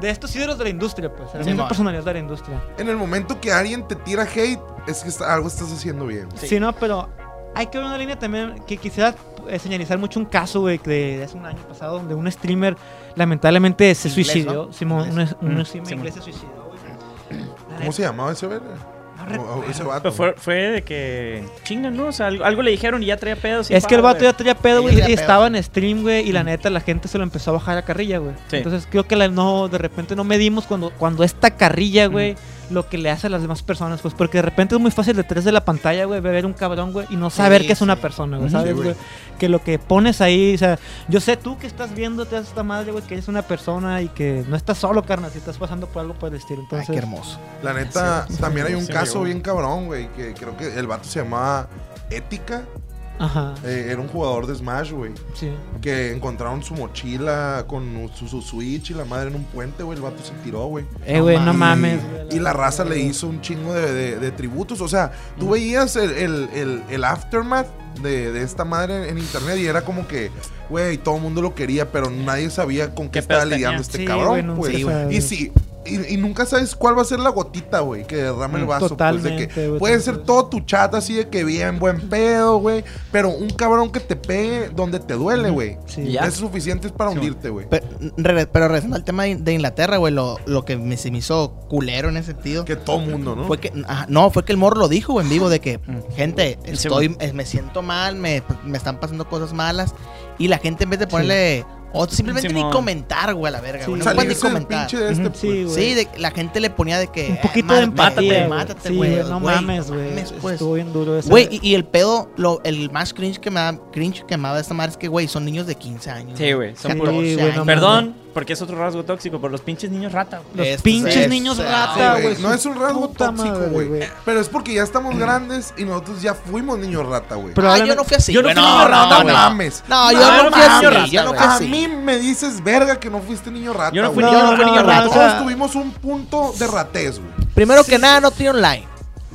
S4: de estos ídolos de la industria, pues, de la
S6: Sí,
S4: misma
S6: va.
S4: personalidad de la industria.
S5: En el momento que alguien te tira hate, es que está- algo estás haciendo bien.
S4: Sí, no, pero hay que ver una línea también que quisiera eh, señalizar mucho un caso, güey, de, de hace un año pasado, donde un streamer lamentablemente se
S6: Inglés,
S4: suicidó.
S6: ¿no?
S4: Simón, un,
S6: Inglés.
S4: un
S7: Mm,
S4: streamer
S7: Simón.
S4: inglés se suicidó, güey. La
S5: ¿Cómo
S4: neta,
S5: se llamaba ese verga?
S4: no
S5: O- o
S4: recuerdo.
S5: Ese
S7: Pero
S5: vato.
S7: fue, fue de que chingan, ¿no? O sea, algo, algo le dijeron y ya traía pedos. y
S4: Es que el
S7: pa,
S4: vato
S7: güey.
S4: ya tenía pedo, güey,
S6: Sí, ya
S4: y
S6: pedo.
S4: estaba en stream, güey, y la neta la gente se lo empezó a bajar a carrilla, güey.
S7: Sí.
S4: Entonces creo que la- no, de repente no medimos cuando, cuando esta carrilla, güey, lo que le hace a las demás personas, pues, porque de repente es muy fácil detrás de la pantalla, güey, ver un cabrón, güey, y no saber que es una
S6: sí.
S4: persona, güey,
S7: Ujú.
S4: ¿sabes,
S5: Sí,
S4: güey?
S5: güey.
S4: que lo que pones ahí, o sea, yo sé tú que estás viéndote a esta madre, güey, que eres una persona y que no estás solo, carnal, si estás pasando por algo por el estilo.
S6: Ay,
S4: Entonces,
S6: qué hermoso.
S5: La neta, también hay un
S7: sí,
S5: caso
S7: llegó.
S5: bien cabrón, güey. Que creo que el vato se llamaba Ética.
S4: Ajá,
S5: Eh, era un jugador de Smash, güey.
S4: sí.
S5: Que encontraron su mochila con su, su Switch y la madre en un puente, güey. El vato se tiró, güey.
S4: Eh, güey, no
S5: Y-
S4: mames. güey,
S5: Y la raza le hizo un chingo de, de- de tributos. O sea, tú veías el, el- el- el aftermath de, de esta madre en internet y era como que, güey, todo el mundo lo quería, pero nadie sabía con
S7: ¿Qué
S5: qué estaba
S7: pedos tenía?
S5: lidiando este
S4: Sí,
S5: cabrón.
S4: güey, nunca
S5: pues.
S4: Sí, güey.
S5: Y sí. Y, y nunca sabes cuál va a ser la gotita, güey, que derrame el
S7: Mm,
S5: vaso. pues, de
S4: totalmente,
S5: que
S4: güey,
S5: puede ser
S4: totalmente.
S5: todo tu chat así de que bien, buen pedo, güey. Pero un cabrón que te pegue donde te duele, güey.
S4: Sí.
S7: Ya.
S5: Es suficiente para hundirte, güey.
S6: Pero, mm, re- pero regresando al tema de, de Inglaterra, güey, lo, lo que me, se me hizo culero en ese sentido.
S5: Que todo mundo, ¿no?
S6: Oh. Fue que, ajá, no, fue que el morro lo dijo güey, en vivo de
S4: Ah.
S6: que,
S4: Mm.
S6: gente,
S7: Sí,
S6: estoy, eh, me siento mal, me, me están pasando cosas malas. Y la gente en vez de ponerle... O simplemente ni
S7: Simón.
S6: comentar, güey, a la verga,
S4: Sí.
S6: güey. No pueden ni
S5: Salirse del
S6: comentar.
S5: pinche de este,
S4: Ujú,
S5: pues.
S4: Sí, güey.
S6: Sí, de, la gente le ponía de que...
S4: Un
S6: eh,
S4: poquito
S6: ma-
S4: de empatía.
S6: Mátate,
S4: güey.
S6: mátate,
S4: Sí,
S6: güey.
S4: güey, No
S6: güey,
S4: mames, güey.
S6: mames, pues.
S4: Estuvo bien duro eso.
S6: Güey, y, y el pedo, lo, el más cringe que me da, cringe que me da esta madre es que, güey, son niños de 15 años.
S7: Sí, güey. son
S4: Sí,
S7: puros-
S4: güey, no
S6: años.
S4: mames.
S7: Perdón, Porque es otro rasgo tóxico, por los pinches niños rata. güey.
S4: Los
S6: Estos-
S4: pinches
S6: estos-
S4: niños
S5: Sí,
S4: rata,
S5: güey,
S4: Ah, güey.
S5: no
S4: su
S5: es un rasgo
S4: puta
S5: tóxico,
S4: madre,
S5: güey. Pero es porque ya estamos grandes y nosotros ya fuimos niños rata, güey.
S6: Ah,
S4: Probablemente-
S6: yo no fui así.
S4: Yo no
S6: güey,
S4: fui
S5: niño rata,
S6: güey.
S5: mames.
S6: No, yo
S7: No,
S6: no, fui así.
S7: mames,
S6: yo no fui
S5: A
S6: así.
S5: mí me dices, verga, que no fuiste niño rata.
S7: Yo no fui
S5: güey.
S7: yo no fui
S4: no,
S7: niño
S4: no,
S7: rata.
S4: o
S5: Todos
S4: sea,
S5: tuvimos un punto de ratez, güey.
S6: Primero que nada, no estoy online.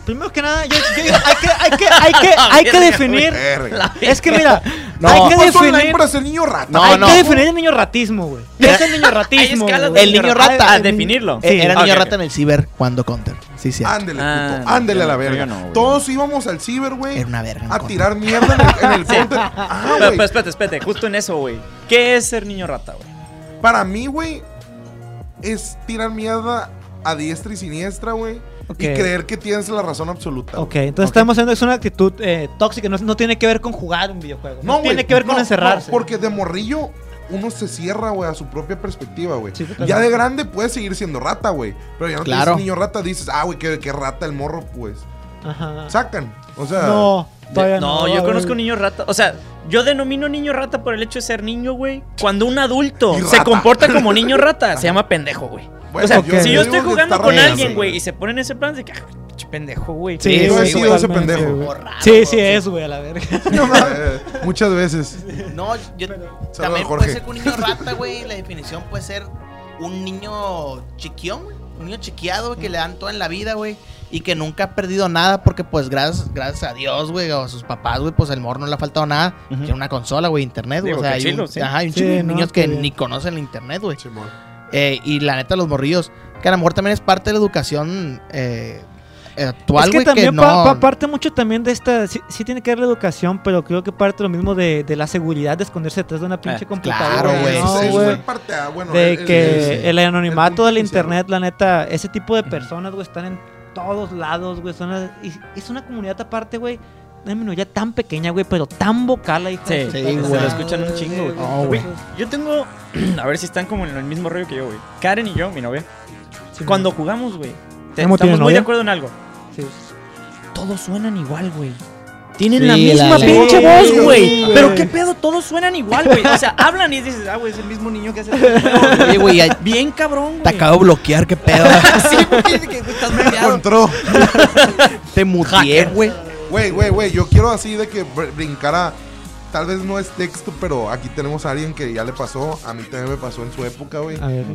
S4: Primero que nada, yo, yo digo, hay que, hay que, hay que, hay que
S7: Verga,
S4: definir.
S5: Verga. pues,
S4: Es que mira,
S6: No.
S4: hay que
S5: Pasó online
S4: definir.
S5: para ser niño rata.
S6: No,
S4: hay
S6: no.
S4: que definir el niño ratismo, güey. ¿Qué es el niño ratismo?
S7: escalas
S4: güey?
S7: de niño rata. Ah, definirlo.
S4: Sí,
S6: Eh, era niño
S7: ok,
S6: rata en el ciber cuando Counter. Sí, sí.
S5: Ándele,
S7: Ah,
S5: puto.
S7: no,
S5: Ándele a la
S7: yo no,
S5: verga.
S7: yo no, güey.
S5: Todos íbamos al ciber, güey.
S6: Era una verga. en
S5: A
S6: Counter.
S5: tirar mierda en el, en el counter. Ah,
S7: Pero,
S5: güey.
S7: pero espérate, espérate, justo en eso, güey. ¿Qué es ser niño rata, güey?
S5: Para mí, güey, es tirar mierda a diestra y siniestra, güey.
S4: Ok.
S5: Y creer que tienes la razón absoluta.
S4: Ok,
S5: güey.
S4: entonces estamos haciendo es una actitud eh, tóxica, no, no tiene que ver con jugar un videojuego, no,
S5: güey,
S4: tiene que ver con
S5: no,
S4: encerrarse.
S5: no, porque de morrillo uno se cierra, güey, a su propia perspectiva, güey.
S4: Sí, totalmente.
S5: ya de grande puedes seguir siendo rata, güey. Pero ya no te
S6: Claro.
S5: dices niño rata, dices, ah, güey, qué, qué rata el morro, pues.
S4: Ajá.
S5: Sacan. O sea.
S4: Ah. No, todavía
S7: no,
S4: no.
S7: yo
S4: güey.
S7: conozco niños rata. O sea, yo denomino niño rata por el hecho de ser niño, güey. Cuando un adulto
S5: Y
S7: se
S5: rata.
S7: comporta como niño rata, se llama pendejo, güey.
S5: Bueno,
S7: o sea,
S5: ok, yo
S7: si
S5: digo
S7: yo estoy
S5: que
S7: jugando
S5: está
S7: con
S5: raro,
S7: alguien,
S5: sí.
S7: güey, y se pone en ese plan de que, ah, pinche pendejo, güey.
S5: Sí, yo he
S4: güey,
S5: sido ese
S4: totalmente,
S5: pendejo.
S4: güey.
S6: Borrado,
S4: Sí, sí
S6: güey.
S4: es, güey, a la verga.
S5: Eh, Muchas veces.
S6: No, yo
S5: Jorge.
S6: también puede ser que un niño rata, güey. La definición puede ser un niño chiquión, güey. Un niño chiqueado, güey, que le dan todo en la vida, güey. Y que nunca ha perdido nada porque, pues, gracias, gracias a Dios, güey, o a sus papás, güey, pues el morro no le ha faltado nada.
S7: Ujú.
S6: Tiene una consola, güey, internet, güey.
S7: Digo,
S6: O sea,
S7: qué
S6: hay
S7: chilo,
S6: un,
S7: sí.
S6: ajá, hay un
S4: Sí,
S6: chingo de
S4: no,
S6: niños
S4: qué
S6: que
S4: bien.
S6: ni conocen el internet, güey.
S5: Simón.
S6: Eh, y la neta, los morrillos, que a lo mejor también es parte de la educación eh, actual,
S4: es que
S6: güey, que,
S4: también
S6: no...
S4: pa- pa- parte mucho también de esta, sí, sí tiene que ver la educación, pero creo que parte lo mismo de, de la seguridad de esconderse detrás de una pinche
S7: Ah,
S4: computadora.
S6: claro, güey,
S4: ¿no,
S5: Ese- ese
S4: güey?
S5: fue el parte- ah, bueno,
S4: de
S5: el- el-
S4: que
S5: el-
S4: el anonimato
S5: el
S4: del
S5: punto social.
S4: internet, la neta, ese tipo de personas, güey, están en todos lados, güey. Son las- y- y es una comunidad aparte, güey. Una minoría tan pequeña, güey, pero tan vocal ahí.
S7: Sí,
S6: sí,
S7: se
S6: güey.
S7: lo escuchan un chingo, güey.
S6: No,
S7: Güey,
S6: güey.
S7: Yo tengo, a ver si están como en el mismo rollo que yo, güey. Karen y yo, mi novia,
S4: Sí,
S7: cuando jugamos, güey, te-
S4: ¿Cómo
S7: estamos muy
S4: tienes novia?
S7: de acuerdo en algo.
S4: Sí.
S7: Todos suenan igual, güey. Tienen
S6: Sí,
S7: la misma
S6: la neta.
S7: pinche
S4: Sí,
S7: voz, güey.
S4: sí,
S7: Pero
S4: güey.
S7: qué pedo, todos suenan igual, güey. O sea, hablan y dices, ah, güey, es el mismo niño que hace. todo el juego, güey.
S6: Oye, güey, ya-
S7: Bien cabrón, güey.
S6: te acabo de bloquear, qué pedo.
S7: Sí, güey, de que, güey, estás mareado.
S5: Encontró.
S6: te muteé, güey.
S5: Güey, güey, güey, yo quiero así de que br- brincara. Tal vez no es texto, pero aquí tenemos a alguien que ya le pasó. A mí también me pasó en su época, güey.
S4: A ver.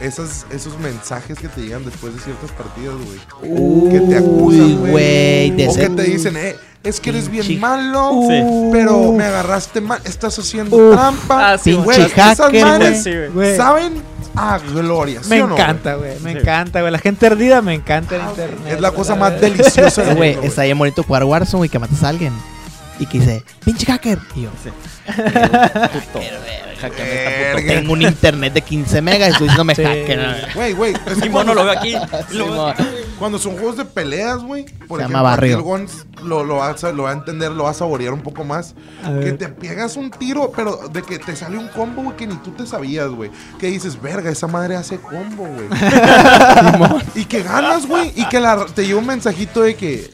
S5: Esas, esos mensajes que te llegan después de ciertas partidas, güey.
S6: Uy,
S5: que te acusan,
S6: güey, de
S5: O que
S6: ser-
S5: te dicen, eh, es que eres bien
S6: Pinche-
S5: malo,
S7: Sí.
S5: pero me agarraste mal. Estás haciendo
S4: Uf.
S5: trampa.
S7: Ah, sí,
S5: Güey,
S6: pinche
S5: esas
S6: hacker,
S5: madres
S7: Sí, güey.
S4: Güey,
S5: saben a gloria. ¿sí
S4: me
S5: o no, güey?
S4: encanta, güey. Me
S7: Sí.
S4: encanta, güey. La gente ardida me encanta el internet.
S5: Es la cosa más
S4: verdad.
S5: deliciosa
S6: Eh,
S5: del
S6: Güey,
S5: mundo,
S6: está bien bonito jugar Warzone, güey, que matas a alguien. Y que dice, pinche hacker. Y yo,
S7: Puto. Hackeame esta puto.
S5: Verga.
S6: tengo un internet de 15 megas y estoy diciéndome
S4: Sí.
S6: hacker. a ver".
S5: Güey, güey. es
S7: Mi
S5: que
S7: mono
S5: cuando-
S7: lo veo aquí.
S6: Sí, mo-
S5: Cuando son juegos de peleas, güey. Por
S6: Se
S5: ejemplo,
S6: llama barrio.
S5: El Guns lo, lo, va a, sa- lo va a entender, lo va a saborear un poco más.
S4: A
S5: Que
S4: ver.
S5: te pegas un tiro, pero de que te sale un combo, güey, que ni tú te sabías, güey. Que dices, verga, esa madre hace combo, güey. y que ganas, güey. Y que la- te llega un mensajito de que,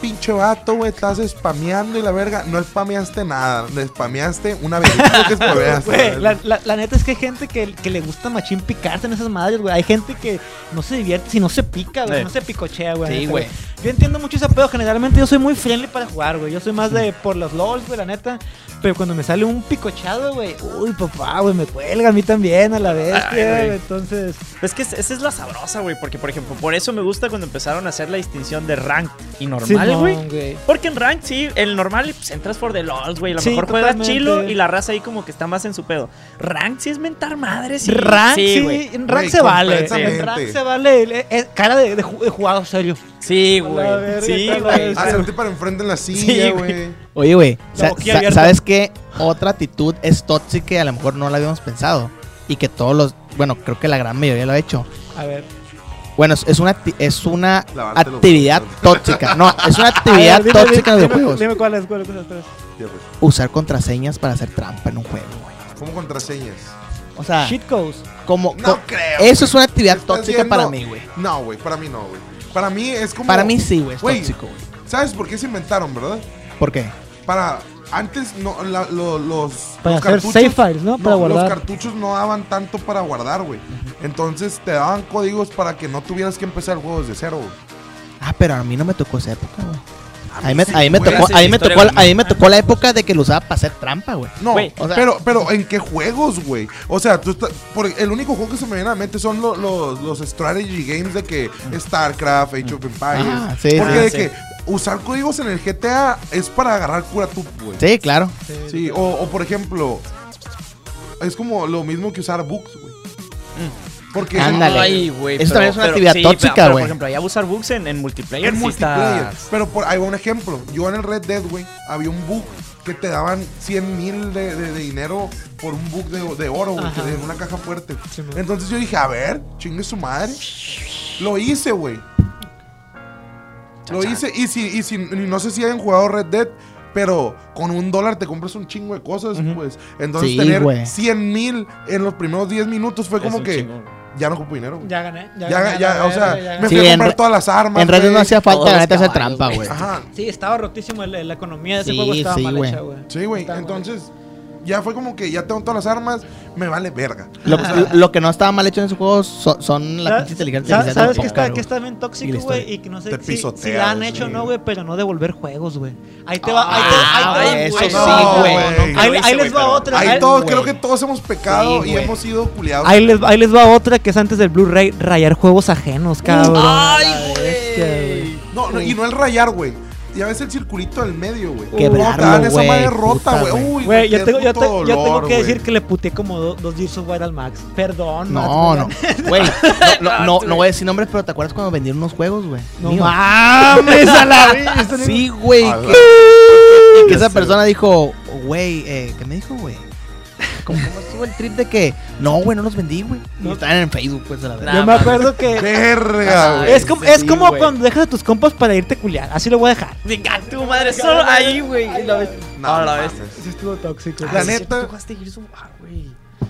S5: pinche vato, güey, estás spameando y la verga. No spameaste nada. Le spameaste una vez. Creo que spameaste.
S4: Güey, la, la- la neta es que hay gente que, que le gusta machín picarse en esas madres, güey. Hay gente que no se divierte si no se pica, güey.
S7: Sí.
S4: No se picochea, güey.
S6: Sí,
S4: neta,
S6: güey.
S4: Yo entiendo mucho ese pedo. Generalmente yo soy muy friendly para jugar, güey. Yo soy más de por los LOLs, güey, la neta. Pero cuando me sale un picochado, güey. Uy, papá, güey, me cuelga a mí también, a la bestia,
S7: Ay, güey.
S4: güey. Entonces,
S7: Es que es- esa es la sabrosa, güey. Porque, por ejemplo, por eso me gusta cuando empezaron a hacer la distinción de ranked y normal,
S4: Simón,
S7: güey. Porque en Rank, sí, el normal, pues entras por the LOLs, güey. A lo
S4: Sí,
S7: mejor juegas
S4: totalmente.
S7: chilo y la raza ahí como que está más en su pedo. Rank sí es mentar madre, sí.
S4: Rank, sí,
S7: güey.
S4: en rank
S5: Güey,
S4: se vale.
S5: completamente.
S4: En rank se vale. eh, eh, cara de, de ju- de jugado serio.
S7: Sí, güey.
S4: A la verga,
S7: Sí,
S4: a la
S7: güey. Ah,
S4: verga.
S5: Hacerte para enfrente en la
S7: Sí,
S5: silla,
S7: güey.
S5: güey.
S6: Oye, güey, sa-
S4: boquilla
S6: sa-
S4: abierta.
S6: ¿sabes qué? Otra actitud es tóxica que a lo mejor no la habíamos pensado. Y que todos los, bueno, creo que la gran mayoría lo ha hecho.
S4: A ver.
S6: Bueno, es, es una, acti- es una
S5: Lavarte los
S6: actividad
S5: huevos.
S6: tóxica. No, es una
S4: A
S6: actividad
S4: ver, dime,
S6: tóxica de
S4: dime,
S6: videojuegos.
S4: Dime cuál es, cuál es, cuál es, cuál es.
S5: Ya, pues, güey.
S6: Usar contraseñas para hacer trampa en un juego, güey.
S5: Como contraseñas.
S6: O
S9: Ah.
S6: sea,
S4: Shitcodes.
S6: como...
S5: No
S6: co-
S5: creo.
S6: eso es una actividad
S5: Estás
S6: tóxica para mí,
S5: viendo-
S6: güey.
S5: No, güey, para mí no, güey. Para mí es como.
S6: Para mí sí, güey, es
S5: Güey,
S6: tóxico, güey.
S5: ¿Sabes por qué se inventaron, verdad?
S6: ¿Por qué?
S5: Para Antes no, la- lo- los,
S9: Para
S5: los
S9: hacer save files, ¿no? Para guardar.
S5: Los cartuchos no daban tanto para guardar, güey. Entonces te daban códigos para que no tuvieras que empezar el juego desde cero, güey.
S6: Ah, pero a mí no me tocó esa época, güey. Ahí me, ahí me
S7: güey,
S6: tocó,
S7: esa es
S6: ahí me
S7: historia
S6: tocó,
S7: bonita.
S6: ahí me tocó la época de que lo usaba para hacer trampa, güey.
S5: No,
S7: Güey,
S6: o sea-
S5: pero, pero ¿en qué juegos, güey? O sea, tú estás- por, el único juego que se me viene a la mente son lo- los, los strategy games de que StarCraft, Age of Empires.
S6: Ah, sí,
S5: porque
S6: sí,
S5: de
S7: sí.
S5: que usar códigos en el GTA es para agarrar cura tú, güey.
S6: Sí, claro.
S5: Sí, o, o por ejemplo, es como lo mismo que usar bugs, güey. Porque
S6: Ándale.
S7: Ay, güey. pero-
S6: Eso también es una
S7: pero-
S6: actividad
S7: sí,
S6: tóxica,
S7: pero,
S6: güey.
S7: Por ejemplo, ahí abusar bugs en, en multiplayer.
S5: en
S7: sí está-
S5: multiplayer. Pero por, ahí va un ejemplo. Yo en el Red Dead, güey, había un bug que te daban 100 mil de, de- de dinero por un bug de, de oro, güey, que de- en una caja fuerte. Entonces yo dije, a ver, chingue su madre. Lo hice, güey. Lo hice y si, y si- y no sé si hayan jugado Red Dead, pero con un dólar te compras un chingo de cosas, pues. Entonces
S6: Sí,
S5: tener
S6: güey.
S5: 100 mil en los primeros 10 minutos fue
S7: Es
S5: como
S7: un
S5: que
S7: chingo.
S5: ya no ocupo dinero, güey.
S9: Ya gané. Ya,
S5: Ya, ya,
S9: gané la
S5: o
S9: verga,
S5: sea,
S9: ya
S5: me
S9: gané.
S5: fui
S6: Sí,
S5: a
S6: en
S5: comprar
S6: re-
S5: todas las armas.
S6: En realidad no
S5: güey.
S6: hacía falta,
S7: Todos
S6: la
S7: los
S6: neta, hacer
S7: caballos,
S6: trampa,
S7: güey.
S6: güey.
S5: Ajá.
S9: Sí, estaba rotísimo la, la economía de ese
S6: Sí,
S9: juego, estaba
S6: sí,
S9: mal
S6: güey.
S9: hecha, güey.
S5: Sí, güey.
S9: Estaba mal
S5: Entonces, ya fue como que ya tengo todas las armas, me vale verga.
S6: Lo, lo que no estaba mal hecho en esos juegos son, son la
S4: ¿Sabes-
S6: pinche inteligencia
S4: ¿Sabes,
S6: artificial
S4: sabes
S6: del
S4: que está,
S6: póker,
S4: que
S6: güey.
S4: está bien
S6: Y la
S4: tóxico,
S6: historia.
S4: güey? Y que no sé
S5: Te
S4: si, si
S5: pisotean,
S4: la han hecho,
S5: sí.
S4: ¿no, güey? Pero no devolver juegos, güey. Ahí te va, ahí te,
S6: Ah,
S4: ahí te
S6: güey,
S4: va-
S6: eso
S4: ahí-
S6: sí,
S4: no,
S5: güey.
S4: no, Ahí, ahí les va otra.
S5: Ahí
S4: Ahí,
S5: todos,
S6: güey.
S5: creo que todos hemos pecado
S6: Sí,
S5: y
S6: güey.
S5: hemos sido culiados.
S4: ahí les, ahí les va otra que es antes del Blu-ray, rayar juegos ajenos, cabrón.
S7: Ay,
S4: güey.
S7: güey.
S5: No, no, y no el rayar, güey. Ya ves el circulito del medio, güey.
S6: Quebrarlo,
S5: No, te dan esa
S6: güey,
S5: madre
S6: puta,
S5: rota, güey.
S6: güey.
S5: Uy,
S4: Güey, yo
S5: qué
S4: tengo, yo,
S5: puto
S4: te- yo tengo
S5: dolor,
S4: que decir
S5: güey.
S4: que le puteé como do- dos Gears of War al Max. Perdón, Max,
S6: No, no.
S4: perdón.
S6: Güey, no, no, no, no voy a decir nombres, pero ¿te acuerdas cuando vendieron unos juegos, güey?
S4: No
S6: Míos.
S4: mames, a la
S6: Sí, güey.
S5: A la-
S6: Que, y que
S5: Ya
S6: esa
S5: sé.
S6: persona dijo, güey, eh, ¿qué me dijo, güey? ¿Cómo, cómo estuvo el trip de que no, güey, no los vendí, güey? Y estaban en Facebook, pues, a la verdad.
S4: Yo me acuerdo que.
S5: Verga, güey.
S4: Es como, es como cuando dejas a tus compas para irte a culiar. Así lo voy a dejar.
S7: Venga, tu madre, solo ahí, güey. Y la ves-
S5: No,
S7: Ah, la
S5: mames.
S7: ves.
S4: Ah, Sí, estuvo tóxico.
S5: La neta,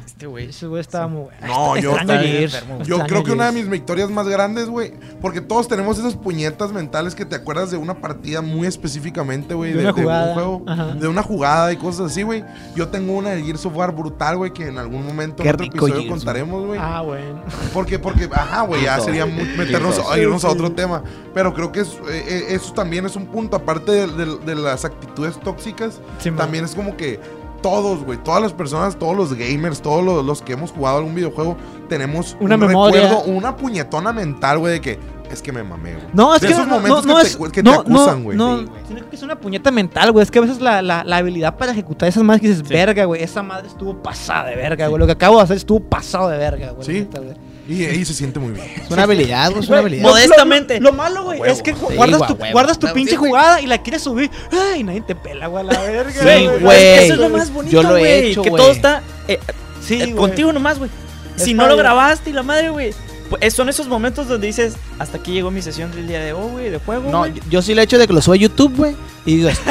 S7: Este ah, güey.
S4: Ese güey estaba muy bueno.
S5: No, yo-
S4: Extraño
S5: está
S7: bien
S4: Gears.
S7: enfermo,
S5: Yo
S4: Extraño
S5: creo que una de
S4: Gears.
S5: mis victorias más grandes, güey, porque todos tenemos esas puñetas mentales que te acuerdas de una partida muy específicamente, güey,
S4: De una jugada,
S5: un juego,
S4: ajá.
S5: de una jugada y cosas así, güey. Yo tengo una de Gears of War brutal, güey, que en algún momento
S6: Qué
S5: en otro
S6: rico
S5: episodio
S6: Gears,
S5: contaremos, güey.
S4: Ah, bueno.
S5: Porque, porque, ajá, güey, ya
S7: Eso.
S5: sería mu- meternos
S7: Eso.
S5: a irnos a otro tema. Pero creo que es- eh, eh, eso también es un punto, aparte de, de- de las actitudes tóxicas,
S4: Sí, man.
S5: también es como que todos, güey, todas las personas, todos los gamers, todos los, los que hemos jugado algún videojuego, tenemos
S4: Una memoria.
S5: una puñetona mental, güey, de que es que me mamé, güey.
S4: No, es
S5: De
S4: que
S5: esos
S4: no, no,
S5: momentos
S4: no
S5: que
S4: es,
S5: te- que te
S4: no,
S5: acusan,
S4: no,
S5: güey.
S4: No,
S6: Sí, güey.
S4: sino que es una puñeta mental, güey. Es que a veces la, la, la habilidad para ejecutar esas madres que dices, verga, güey. Esa madre estuvo pasada de verga, güey. Lo que acabo de hacer estuvo pasado de verga, güey. la
S5: Sí.
S4: neta, güey.
S5: Y, y se siente muy bien.
S6: Es una habilidad, güey, es una
S4: Güey,
S6: habilidad.
S4: lo-
S7: Modestamente.
S4: Lo, lo malo, güey,
S5: Huevo.
S4: es que
S6: Sí,
S4: guardas,
S6: güey,
S4: tu,
S6: huevo.
S4: guardas tu
S6: Huevo,
S4: pinche
S6: sí, güey.
S4: jugada y la quieres subir. Ay, nadie te pela, güey, a la verga.
S6: Sí, güey.
S7: Es que eso es lo más bonito,
S6: Yo lo he
S7: güey,
S6: hecho,
S7: Que
S6: güey.
S7: todo está eh,
S4: Sí,
S7: eh,
S4: güey.
S7: contigo nomás, güey.
S4: Es
S7: Si no lo
S4: padre.
S7: grabaste y la madre, güey. Pues, eh, son esos momentos donde dices, hasta aquí llegó mi sesión del día de hoy, güey, de juego.
S6: No,
S7: güey.
S6: yo, yo sí lo he hecho de que lo subo a YouTube, güey. Y digo, est-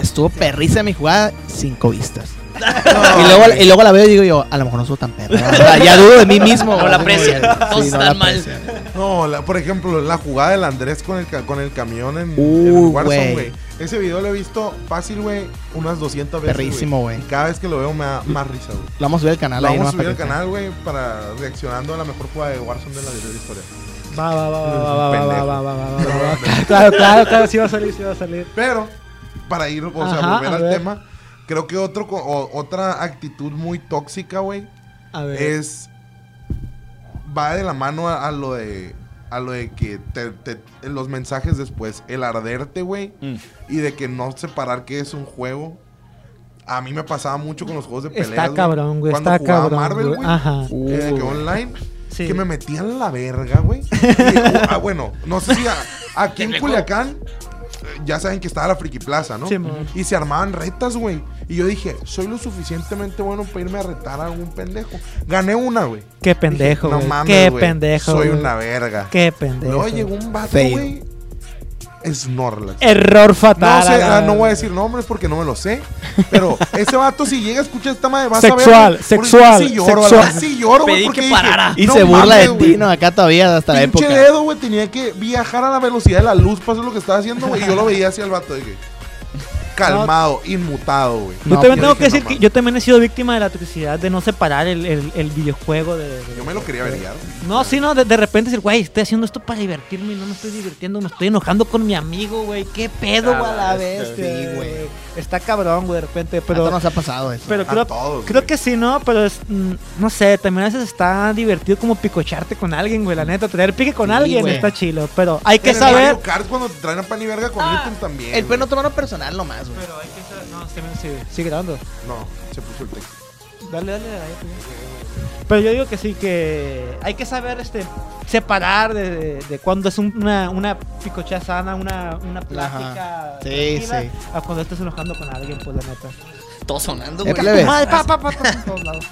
S6: estuvo perrisa mi jugada, cinco vistas. y, luego, y luego la veo y digo yo, a lo mejor no soy tan perra. O sea, ya dudo de mí mismo.
S7: No
S6: güey.
S7: la
S6: Así
S7: aprecio.
S6: como que-
S7: No
S6: sí,
S7: está
S6: la
S7: mal.
S6: aprecio.
S5: No, la- por ejemplo, la jugada del Andrés con el, ca- con el camión en, en
S6: Uh,
S5: Warzone,
S6: güey.
S5: güey. Ese video lo he visto fácil, güey, unas 200 veces. güey.
S6: Perrísimo, güey.
S5: Y cada vez que lo veo me da más risa, güey.
S6: Lo vamos a subir al canal.
S5: Lo
S6: ahí
S5: vamos a
S6: nomás
S5: subir al
S6: para que-
S5: canal, güey, para reaccionando a la mejor jugada de Warzone de la de la historia.
S4: Va, va, va, va,
S5: Eres un
S4: va, va, va,
S5: pendejo.
S4: va, va, va, va, va, va. Claro, claro, claro, sí va a salir, sí va a salir.
S5: Pero, para ir, o sea,
S4: Ajá,
S5: volver
S4: a
S5: al
S4: ver.
S5: tema, creo que otro, co- o- otra actitud muy tóxica, güey,
S4: A ver.
S5: es. Va de la mano a, a lo de. A lo de que te- te- los mensajes después, el arderte, güey,
S7: Mm.
S5: y de que no separar que es un juego. A mí me pasaba mucho con los juegos de peleas.
S4: Está
S5: güey.
S4: cabrón, güey.
S5: Cuando
S4: Está
S5: jugaba
S4: cabrón.
S5: Marvel,
S4: güey.
S5: güey.
S4: Ajá.
S5: que de que online.
S4: Sí.
S5: Que me metían la verga, güey. Y, uh, ah, bueno, no sé si a- aquí en Culiacán, eh, ya saben que estaba la Friki Plaza, ¿no?
S4: Sí, mon.
S5: y se armaban retas, güey. Y yo dije, soy lo suficientemente bueno para irme a retar a algún pendejo. Gané una, güey.
S4: Qué pendejo,
S5: No
S4: güey.
S5: mames,
S4: Qué
S5: güey,
S4: pendejo.
S5: Soy
S4: güey.
S5: una verga.
S4: Qué pendejo.
S5: Luego llegó un vato,
S6: Fail.
S5: güey. Snorlax.
S4: Error fatal.
S5: No, sé,
S4: a Eh, la-
S5: ah, no voy a decir nombres porque no me lo sé. Pero ese vato, si llega a escuchar esta madre, vas a
S4: Sexual,
S5: ver. güey, porque
S4: sexual,
S5: yo Sí lloro,
S4: sexual.
S5: a la- sí lloro, güey.
S7: Pedí
S5: porque
S7: que
S5: dije,
S7: parara.
S6: Y
S5: "No
S6: se burla
S5: mames,
S6: de
S5: güey".
S6: ti, ¿no? Acá todavía, hasta la
S5: pinche
S6: época.
S5: dedo, güey, tenía que viajar a la velocidad de la luz para hacer lo que estaba haciendo, güey. Y yo lo veía hacia el vato de que. calmado, inmutado, güey.
S4: Yo también tengo
S5: dije,
S4: que decir
S5: no
S4: que
S5: mames.
S4: yo también he sido víctima de la toxicidad de no separar el, el- el videojuego de, de-
S5: Yo me lo quería vergar. güey.
S4: No, sí, no, de, de repente decir, güey, estoy haciendo esto para divertirme y no me estoy divirtiendo, me estoy enojando con mi amigo, güey, qué
S5: Ah,
S4: pedo, güey, a la vez, güey. Está cabrón, güey, de repente,
S6: Pero
S4: pero...
S6: nos ha pasado eso.
S4: Pero
S5: A
S4: creo,
S5: todos,
S4: creo
S5: güey.
S4: que sí, ¿no? Pero es, mm, no sé, también a veces está divertido como picocharte con alguien, güey, la neta, tener pique con
S6: Sí,
S4: alguien
S6: güey.
S4: está chilo, pero hay que
S5: En el
S4: saber...
S5: Mario Kart cuando te traen a pan y verga con ítems también.
S6: el
S5: güey.
S6: pelo tomaron personal nomás, güey.
S4: Pero hay que saber... No, sí, sí, sigue grabando.
S5: No, se puso el texto.
S4: Dale, dale, dale. Pero yo digo que sí, que hay que saber este separar de, de, de cuando es un- una, una picochea sana, una, una plática
S6: Sí,
S4: tranquila,
S6: sí.
S4: a cuando estás enojando con alguien, pues la neta.
S7: Todo sonando,
S6: Eh,
S7: güey.
S6: plebe,
S4: Madre, pa, pa, pa, pa, por todos lados.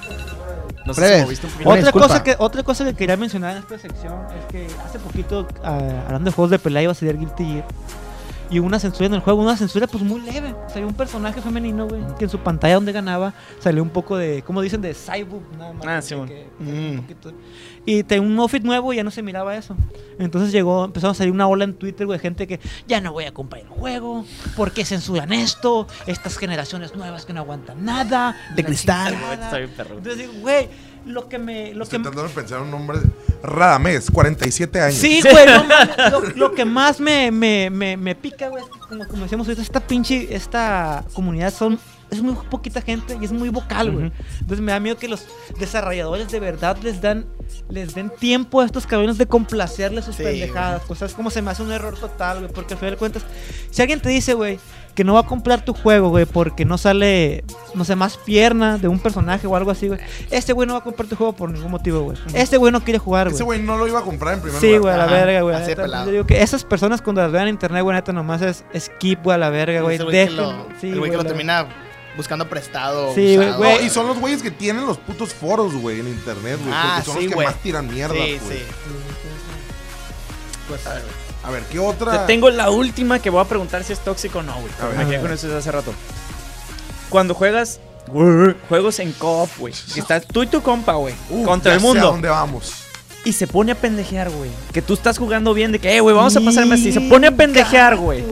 S7: No sé
S6: plebes.
S7: si moviste un poquito.
S6: Una
S4: Otra
S6: disculpa.
S4: cosa, que, otra cosa que quería mencionar en esta sección es que hace poquito, ah, hablando de juegos de pelea, iba a salir Guilty Gear. Y una censura en el juego, una censura pues muy leve. Salió un personaje femenino, güey, que en su pantalla donde ganaba salió un poco de, ¿cómo dicen? De cyborg, nada más.
S7: Ah,
S4: que-
S7: sí, bueno.
S4: que-
S6: Mm.
S4: poquito. Y tenía un outfit nuevo y ya no se miraba eso. Entonces llegó, empezaron a salir una ola en Twitter, güey, de gente que ya no voy a comprar el juego, ¿por qué censuran esto? Estas generaciones nuevas que no aguantan nada.
S6: De
S4: la
S6: cristal.
S4: chingada".
S7: Está bien perro.
S4: Entonces digo, güey, lo que me... Lo que
S5: Estoy tratando de pensar un nombre. Radamés, 47 años.
S4: Sí, güey, no mames, lo, lo que más me, me, me, me pica, güey, es que como, como decíamos ahorita, esta pinche, esta comunidad son, es muy poquita gente y es muy vocal, güey. Entonces me da miedo que los desarrolladores de verdad les dan, les den tiempo a estos cabrones de complacerles sus
S6: Sí,
S4: pendejadas. O sea, es como se me hace un error total, güey, porque al final de cuentas, si alguien te dice, güey, que no va a comprar tu juego, güey, porque no sale, no sé, más pierna de un personaje o algo así, güey. Este güey no va a comprar tu juego por ningún motivo, güey. Este güey no quiere jugar, güey.
S5: Ese güey no lo iba a comprar en primer
S4: Sí, güey,
S5: lugar.
S4: a la
S6: Ajá,
S4: verga, güey.
S6: así de
S4: Neta, Pues
S6: pelado.
S4: Yo digo que esas personas cuando las vean en internet, güey, neta, nomás es skip, güey, a la verga, güey.
S6: Es el güey que
S4: Dejen-
S6: lo,
S4: sí,
S6: el güey que lo
S4: la-
S6: termina buscando prestado.
S4: Sí, güey,
S6: usado.
S5: No,
S4: güey.
S5: y son los güeyes que tienen los putos foros, güey, en internet, güey.
S6: Ah,
S5: porque son
S6: sí,
S5: los que
S6: güey.
S5: más tiran mierda,
S6: Sí,
S5: güey.
S6: sí. Pues, a ver, güey.
S5: A ver, ¿qué
S7: Te
S5: otra?
S7: tengo la última que voy a preguntar si es tóxico o no, güey.
S5: A ver.
S7: Me quedé con eso desde hace rato. Cuando juegas güey, juegos en co-op, güey. que Estás tú y tu compa, güey.
S5: Uh,
S7: contra
S5: ya
S7: el
S5: sé a
S7: mundo.
S5: dónde vamos?
S7: Y se pone a pendejear, güey. Que tú estás jugando bien de que, eh, güey, vamos a pasar más. Y se pone a pendejear, güey.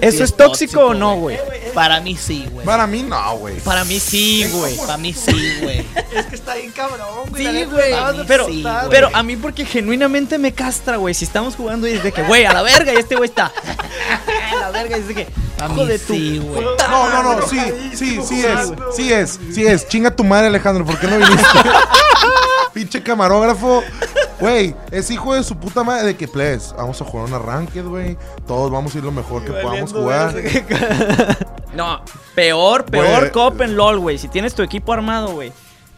S7: ¿Eso
S6: Sí,
S7: es tóxico o no, güey?
S6: Para mí sí, güey.
S5: Para mí, no, güey.
S7: Para mí sí, güey.
S6: Para mí sí, güey.
S4: Es que está bien cabrón, güey. la
S7: Sí,
S4: neta,
S7: güey.
S4: estabas de-
S7: Pero,
S6: sí, güey.
S7: pero a mí porque genuinamente me castra, güey. Si estamos jugando y es de que, güey, a la verga. Y este güey está. A la verga. Y es de que,
S6: Para
S7: hijo de
S6: mí
S7: tu
S6: sí, güey.
S5: No, no, no, sí, sí, sí es. Sí es, sí es. Chinga tu madre, Alejandro, ¿por qué no viniste? Pinche camarógrafo. Güey, es hijo de su puta madre de que, please, vamos a jugar un arranque, güey. Todos vamos a ir lo mejor que podamos jugar.
S7: No, peor, peor
S5: Güey.
S7: cop en LOL, güey. Si tienes tu equipo armado, güey.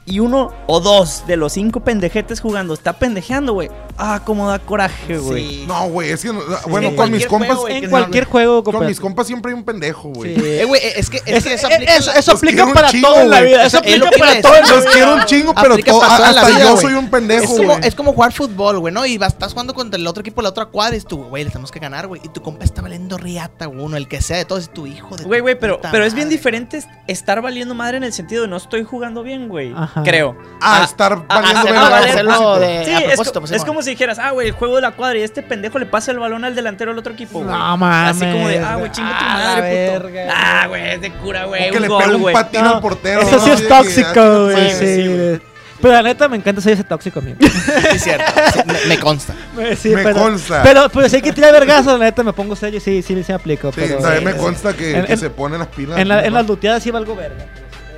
S7: Y uno o dos de los cinco pendejetes jugando está pendejeando, güey. Ah, cómo da coraje, güey.
S6: Sí.
S5: No, güey, es que, no- bueno,
S6: en
S5: con mis
S6: cualquier
S5: compas,
S6: juego, güey,
S4: En
S6: que
S4: cualquier juego,
S5: con
S4: compa.
S5: mis compas siempre hay un pendejo, güey.
S4: Sí.
S6: Eh, güey, es que, es que eso
S4: Eh,
S6: aplica.
S4: eso-
S6: la-
S4: eso
S5: Los
S4: aplica
S5: quiero un
S4: para
S5: chingo,
S4: todo en la
S5: güey.
S4: vida. Eso
S6: Es lo
S4: aplica
S6: que iba a
S4: para
S6: decir.
S4: todo. en la
S5: Los quiero un chingo, pero
S6: Aplica
S5: to-
S6: para toda la
S5: hasta
S6: vida,
S5: yo
S6: güey.
S5: soy un pendejo,
S6: Es como,
S5: güey.
S6: es como jugar fútbol, güey, ¿no? Y vas, estás jugando contra el otro equipo, la otra cuadra, y tú, güey, le tenemos que ganar, güey. Y tu compa está valiendo riata, güey, uno, el que sea de todos, es tu hijo de
S7: Güey,
S6: tu
S7: güey, pero,
S6: puta
S7: pero es bien
S6: madre.
S7: diferente este- estar valiendo madre en el sentido de no estoy jugando bien, güey.
S4: Ajá.
S7: Creo.
S5: A
S7: Ah,
S5: estar
S7: ah,
S5: valiendo
S7: hacer-
S5: verga
S7: ah,
S5: a
S7: valer-
S5: propósito.
S6: hacerlo de-
S7: Sí,
S6: a
S7: es,
S6: propósito,
S7: co-
S6: pues,
S7: es
S6: Simón.
S7: como si dijeras, ah, güey, el juego de la cuadra y este pendejo le pasa el balón al delantero del otro equipo, güey.
S4: No mames.
S7: Así como de, ah, güey, chinga tu
S4: Ah, la
S7: madre, puto.
S4: verga.
S7: Ah, güey, es de cura, güey.
S5: Que
S7: Un
S5: le pega
S7: gol,
S5: un
S7: güey.
S5: patín
S4: No,
S5: al portero.
S4: Eso sí
S5: ¿no?
S4: es
S5: Así de que,
S4: tóxico, güey.
S5: sí,
S4: Sí, güey. Pero la neta, me encanta ser ese tóxico, amigo.
S6: Sí, es cierto. Sí, me, me consta.
S4: Sí,
S5: Me
S4: pero,
S5: consta.
S4: Pero, pero si hay que tirar vergazos, la neta, me pongo serio y sí, sí, sí aplico.
S5: Sí,
S4: pero-
S5: también me consta que,
S4: En-
S5: que
S4: en-
S5: se ponen las pilas.
S4: En, la- en
S5: ¿no?
S4: las luteadas sí valgo verga.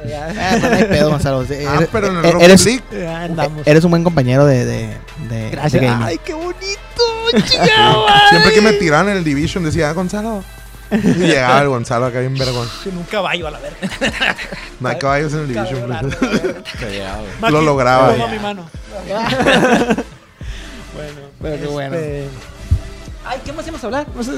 S4: Eh, ya-
S6: Ah, no, no hay pedo, Gonzalo.
S5: Ah,
S6: Eres-
S5: pero en el
S6: eh,
S5: Rocket
S6: eres,
S5: League.
S4: ya andamos.
S6: eres un buen compañero de, de, de-
S4: Gracias.
S6: de gaming.
S4: Ay, qué bonito, chingado.
S5: Siempre que me tiraban en el Division decía, ah, Gonzalo. Y llegaba el Gonzalo acá bien vergón.
S4: Con un caballo a la verga.
S5: No hay caballos en el Division. pues.
S4: Cabrón, a
S5: güey.
S4: la verga.
S5: Lo lograba.
S4: Toma mi mano. bueno,
S6: Pero qué bueno.
S4: este- Ay, ¿qué más íbamos a hablar? No sé-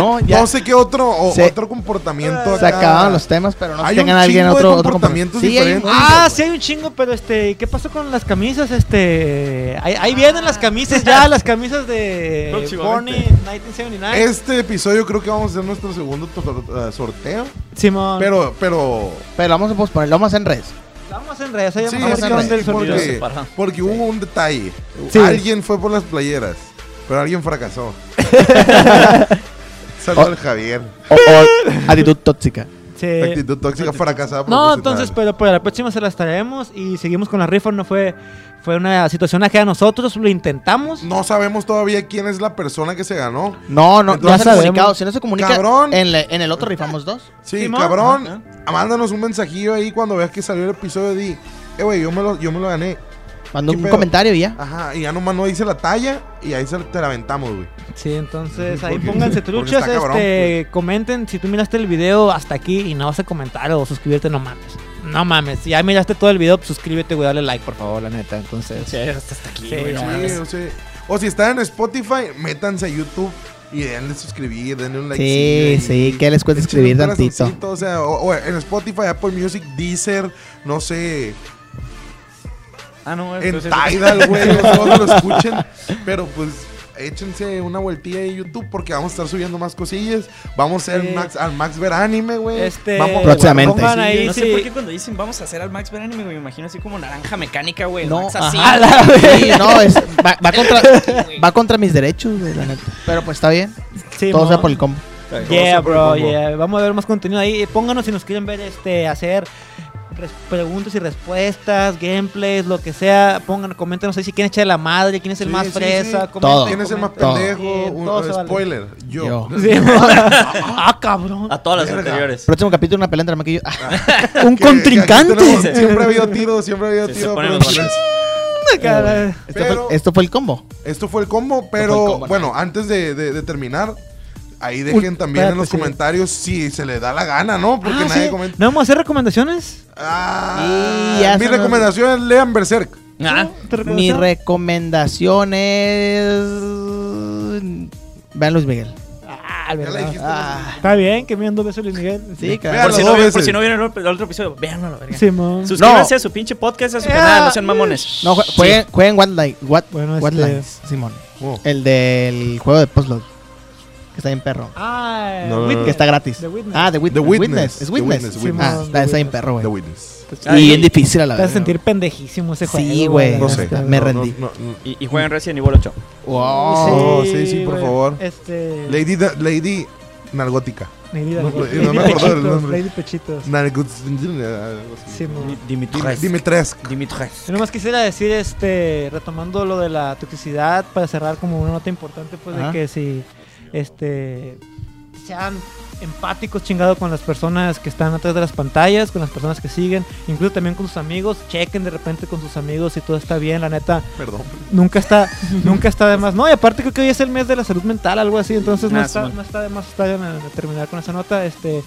S6: No, ya.
S5: No sé qué otro, o-
S6: Se-
S5: otro comportamiento.
S6: se
S5: acá.
S6: acabaron los temas, pero no sé
S5: Hay
S6: si tengan
S5: un
S6: alguien
S5: chingo de
S6: otro, otro
S5: comportamientos
S6: compa- Sí, hay un-
S5: diferentes.
S4: Ah, sí hay un chingo, pero este, ¿qué pasó con las camisas? Este, ahí, ahí vienen las camisas ya, las camisas de Borny
S7: Próximamente.
S4: 1979.
S5: Este episodio creo que vamos a hacer nuestro segundo to- eh, sorteo.
S4: Simón,
S5: Pero, pero.
S6: Pero vamos a posponerlo, vamos a hacer en redes.
S4: vamos en redes, ahí
S5: Sí,
S4: vamos
S6: en
S4: a ver
S6: redes,
S4: del sorteo.
S5: porque,
S7: separado.
S5: porque hubo un detalle.
S4: Sí.
S5: Alguien fue por las playeras, pero alguien fracasó. Saludos al Javier.
S6: O, o actitud tóxica.
S4: Sí.
S5: Actitud tóxica fracasada.
S4: Eh, No,
S5: profesional.
S4: entonces, pues, pero para la próxima se las traemos y seguimos con la rifa. No fue, fue una situación ajena a nosotros, lo intentamos.
S5: No sabemos todavía quién es la persona que se ganó.
S6: No, no,
S5: Entonces,
S6: no se ha
S5: sabemos.
S6: comunicado. Si no se comunica,
S5: Cabrón.
S6: En, la- en el otro rifamos dos.
S5: Sí,
S4: Simón.
S5: cabrón. Mándanos un mensajillo ahí cuando veas que salió el episodio de... Eh, güey, yo, me lo- yo me lo gané.
S6: Mando
S5: ¿Qué
S6: un
S5: pedo? Ah,
S6: comentario y ya.
S5: Ajá, y ya nomás no dice la talla y ahí se, te la aventamos, güey.
S4: Sí, entonces
S5: Ujú,
S4: ahí
S5: porque-
S4: pónganse
S5: porque
S4: truchas,
S5: está cabrón, pues.
S4: este, comenten si tú miraste el video hasta aquí y no vas a comentar o suscribirte, no mames. No mames, si ya miraste todo el video, pues, suscríbete, güey, dale like, por favor, la neta. Entonces,
S7: Sí, hasta hasta aquí,
S4: Sí,
S7: güey, Eh, no
S4: sí.
S7: mames.
S5: Sí, o, sea, o si están en Spotify, métanse a YouTube y denle suscribir, denle un like.
S6: Sí, sí, ¿qué les cuesta escribir tantito?
S5: O sea, o- o en Spotify, Apple Music, Deezer, no sé,
S7: Ah, no,
S5: en
S7: entonces-
S5: Tidal, güey, no sé dónde lo escuchen. Pero pues échense una vueltilla de YouTube porque vamos a estar subiendo más cosillas. Vamos a hacer
S4: Sí.
S5: Max, al Max Ver Anime, güey.
S4: Este,
S5: vamos a
S6: Próximamente.
S5: jugar
S4: pongan
S5: cosillas.
S4: ahí,
S7: No sé
S4: sí.
S7: por qué cuando dicen vamos a hacer al Max Verán, me imagino así como naranja mecánica, güey. el
S6: No,
S7: Max así. Ah,
S6: ajá, la sí, no, es, va, va contra, va contra mis derechos, güey, la neta. Pero pues está bien.
S4: Sí,
S6: todo sea
S4: mo-
S6: por el combo.
S4: Yeah,
S5: Todo sea por el
S4: bro,
S5: combo.
S4: yeah. Vamos a ver más contenido ahí. Pónganos si nos quieren ver este hacer res- preguntas y respuestas, gameplays, lo que sea. Pongan, coméntenos ahí si quieren echar la madre, quién es el
S5: Sí,
S4: más
S5: sí,
S4: fresa,
S5: sí.
S4: comenten,
S6: Todo.
S5: ¿Quién es el más
S4: comenten.
S6: Todo.
S5: pendejo?
S4: Sí,
S5: Un-
S4: todo se vale.
S5: spoiler. Yo.
S6: Yo.
S4: Sí, mo- ah, cabrón.
S7: A todas las
S5: Verga.
S7: anteriores.
S6: Próximo capítulo, una pelea entre Maquillo. Ah,
S9: Un
S5: Que- que aquí
S9: contrincante.
S5: tenemos- siempre ha habido tiros, siempre ha habido
S7: Sí, se
S5: tiros.
S7: ponen
S5: pero
S7: los
S5: siempre-
S4: Caray.
S6: esto,
S5: Pero-
S6: fue, esto fue el combo.
S5: Esto fue el combo,
S6: Esto fue
S5: pero
S6: el combo,
S5: bueno, antes de, de- de terminar, ahí dejen
S4: Uy,
S5: también en
S4: espérate,
S5: los
S4: sí.
S5: comentarios si se le da la gana, ¿no? Porque
S4: Ah,
S5: nadie
S4: sí.
S5: comenta.
S4: ¿No vamos a hacer recomendaciones?
S5: Ah,
S6: Y ya
S5: mi
S6: se nos-
S5: recomendación es lean Berserk.
S7: Ah,
S4: ¿Te
S6: Mi
S4: recomendación?
S6: recomendación es. Vean Luis Miguel.
S4: Ah,
S5: Ya la
S4: verdad.
S5: dijiste.
S6: Ah,
S4: Está bien que miren dos veces Luis Miguel.
S6: sí,
S5: Vean
S7: por,
S5: las
S6: cabrón.
S7: si
S5: dos
S7: no vieron, por
S5: veces.
S7: si no vieron el otro, el otro episodio, véanlo a la verga.
S4: Simón.
S7: Suscríbanse a su pinche podcast, a su
S4: Eh,
S7: canal, mm. no sean mamones.
S6: No, jue- jueguen, jueguen What, Li- What-
S4: Bueno,
S6: What
S4: este-
S6: Lines, Simón.
S5: Oh.
S6: El del juego de Postload. Que está bien perro.
S4: Ah,
S5: No, no,
S4: Whitney.
S6: Que está gratis.
S4: The Witness.
S6: Ah, The, Wit-
S5: The Witness.
S6: Es
S5: The
S6: Witness.
S5: Witness,
S4: Witness.
S6: Ah, está, está bien perro,
S5: The
S6: güey.
S5: Witness.
S6: Y bien difícil a la
S4: Te vas
S6: vez.
S4: a sentir pendejísimo ese juego.
S6: Sí, güey.
S5: No sé.
S6: eh, Me
S5: No,
S6: rendí.
S5: no, no, no.
S7: Y, y jueguen Resident Evil 8.
S5: Oh, sí, sí, por
S4: güey.
S5: favor.
S4: Este.
S5: Lady, da- Lady Nargótica.
S4: Lady,
S5: No,
S4: Gaga.
S5: no me acuerdo
S4: Lady
S5: del
S4: Pechitos,
S5: nombre.
S4: Lady Pechitos.
S5: Nargut- algo así.
S4: Sí, mo.
S7: Dimitrescu.
S5: Dimitrescu.
S7: Dimitrescu.
S4: Yo nomás quisiera decir, este, retomando lo de la toxicidad, para cerrar como una nota importante, pues
S6: Ajá.
S4: de que si, este, sean empáticos chingado con las personas que están atrás de las pantallas, con las personas que siguen, incluso también con sus amigos, chequen de repente con sus amigos si todo está bien, la neta,
S5: Perdón.
S4: nunca está, nunca está de más. No, y aparte creo que hoy es el mes de la salud mental, algo así, entonces no,
S7: Ah,
S4: está,
S7: Simón.
S4: no está de más está bien, eh, terminar con esa nota. Este,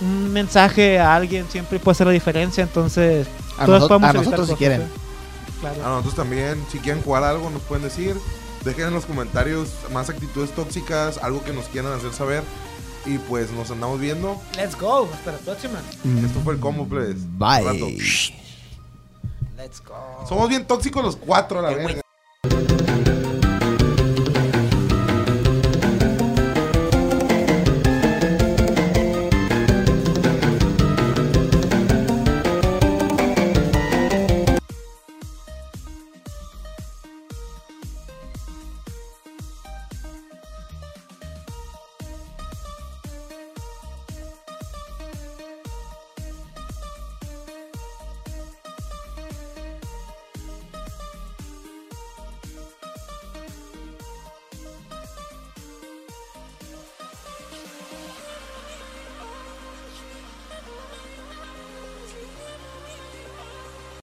S4: un mensaje a alguien siempre puede hacer la diferencia, entonces
S6: A,
S4: todos
S6: noso-
S4: podemos
S6: a
S4: evitar
S6: nosotros si
S4: cosas,
S6: quieren.
S4: ¿eh?
S5: A
S4: Claro.
S5: nosotros Ah, también, si quieren jugar algo, nos pueden decir. Dejen en los comentarios más actitudes tóxicas, algo que nos quieran hacer saber. Y pues nos andamos viendo.
S4: Let's go, hasta la próxima.
S5: Esto fue el combo, please.
S6: Mm. Bye.
S5: Rato. Somos bien tóxicos los cuatro a la vez.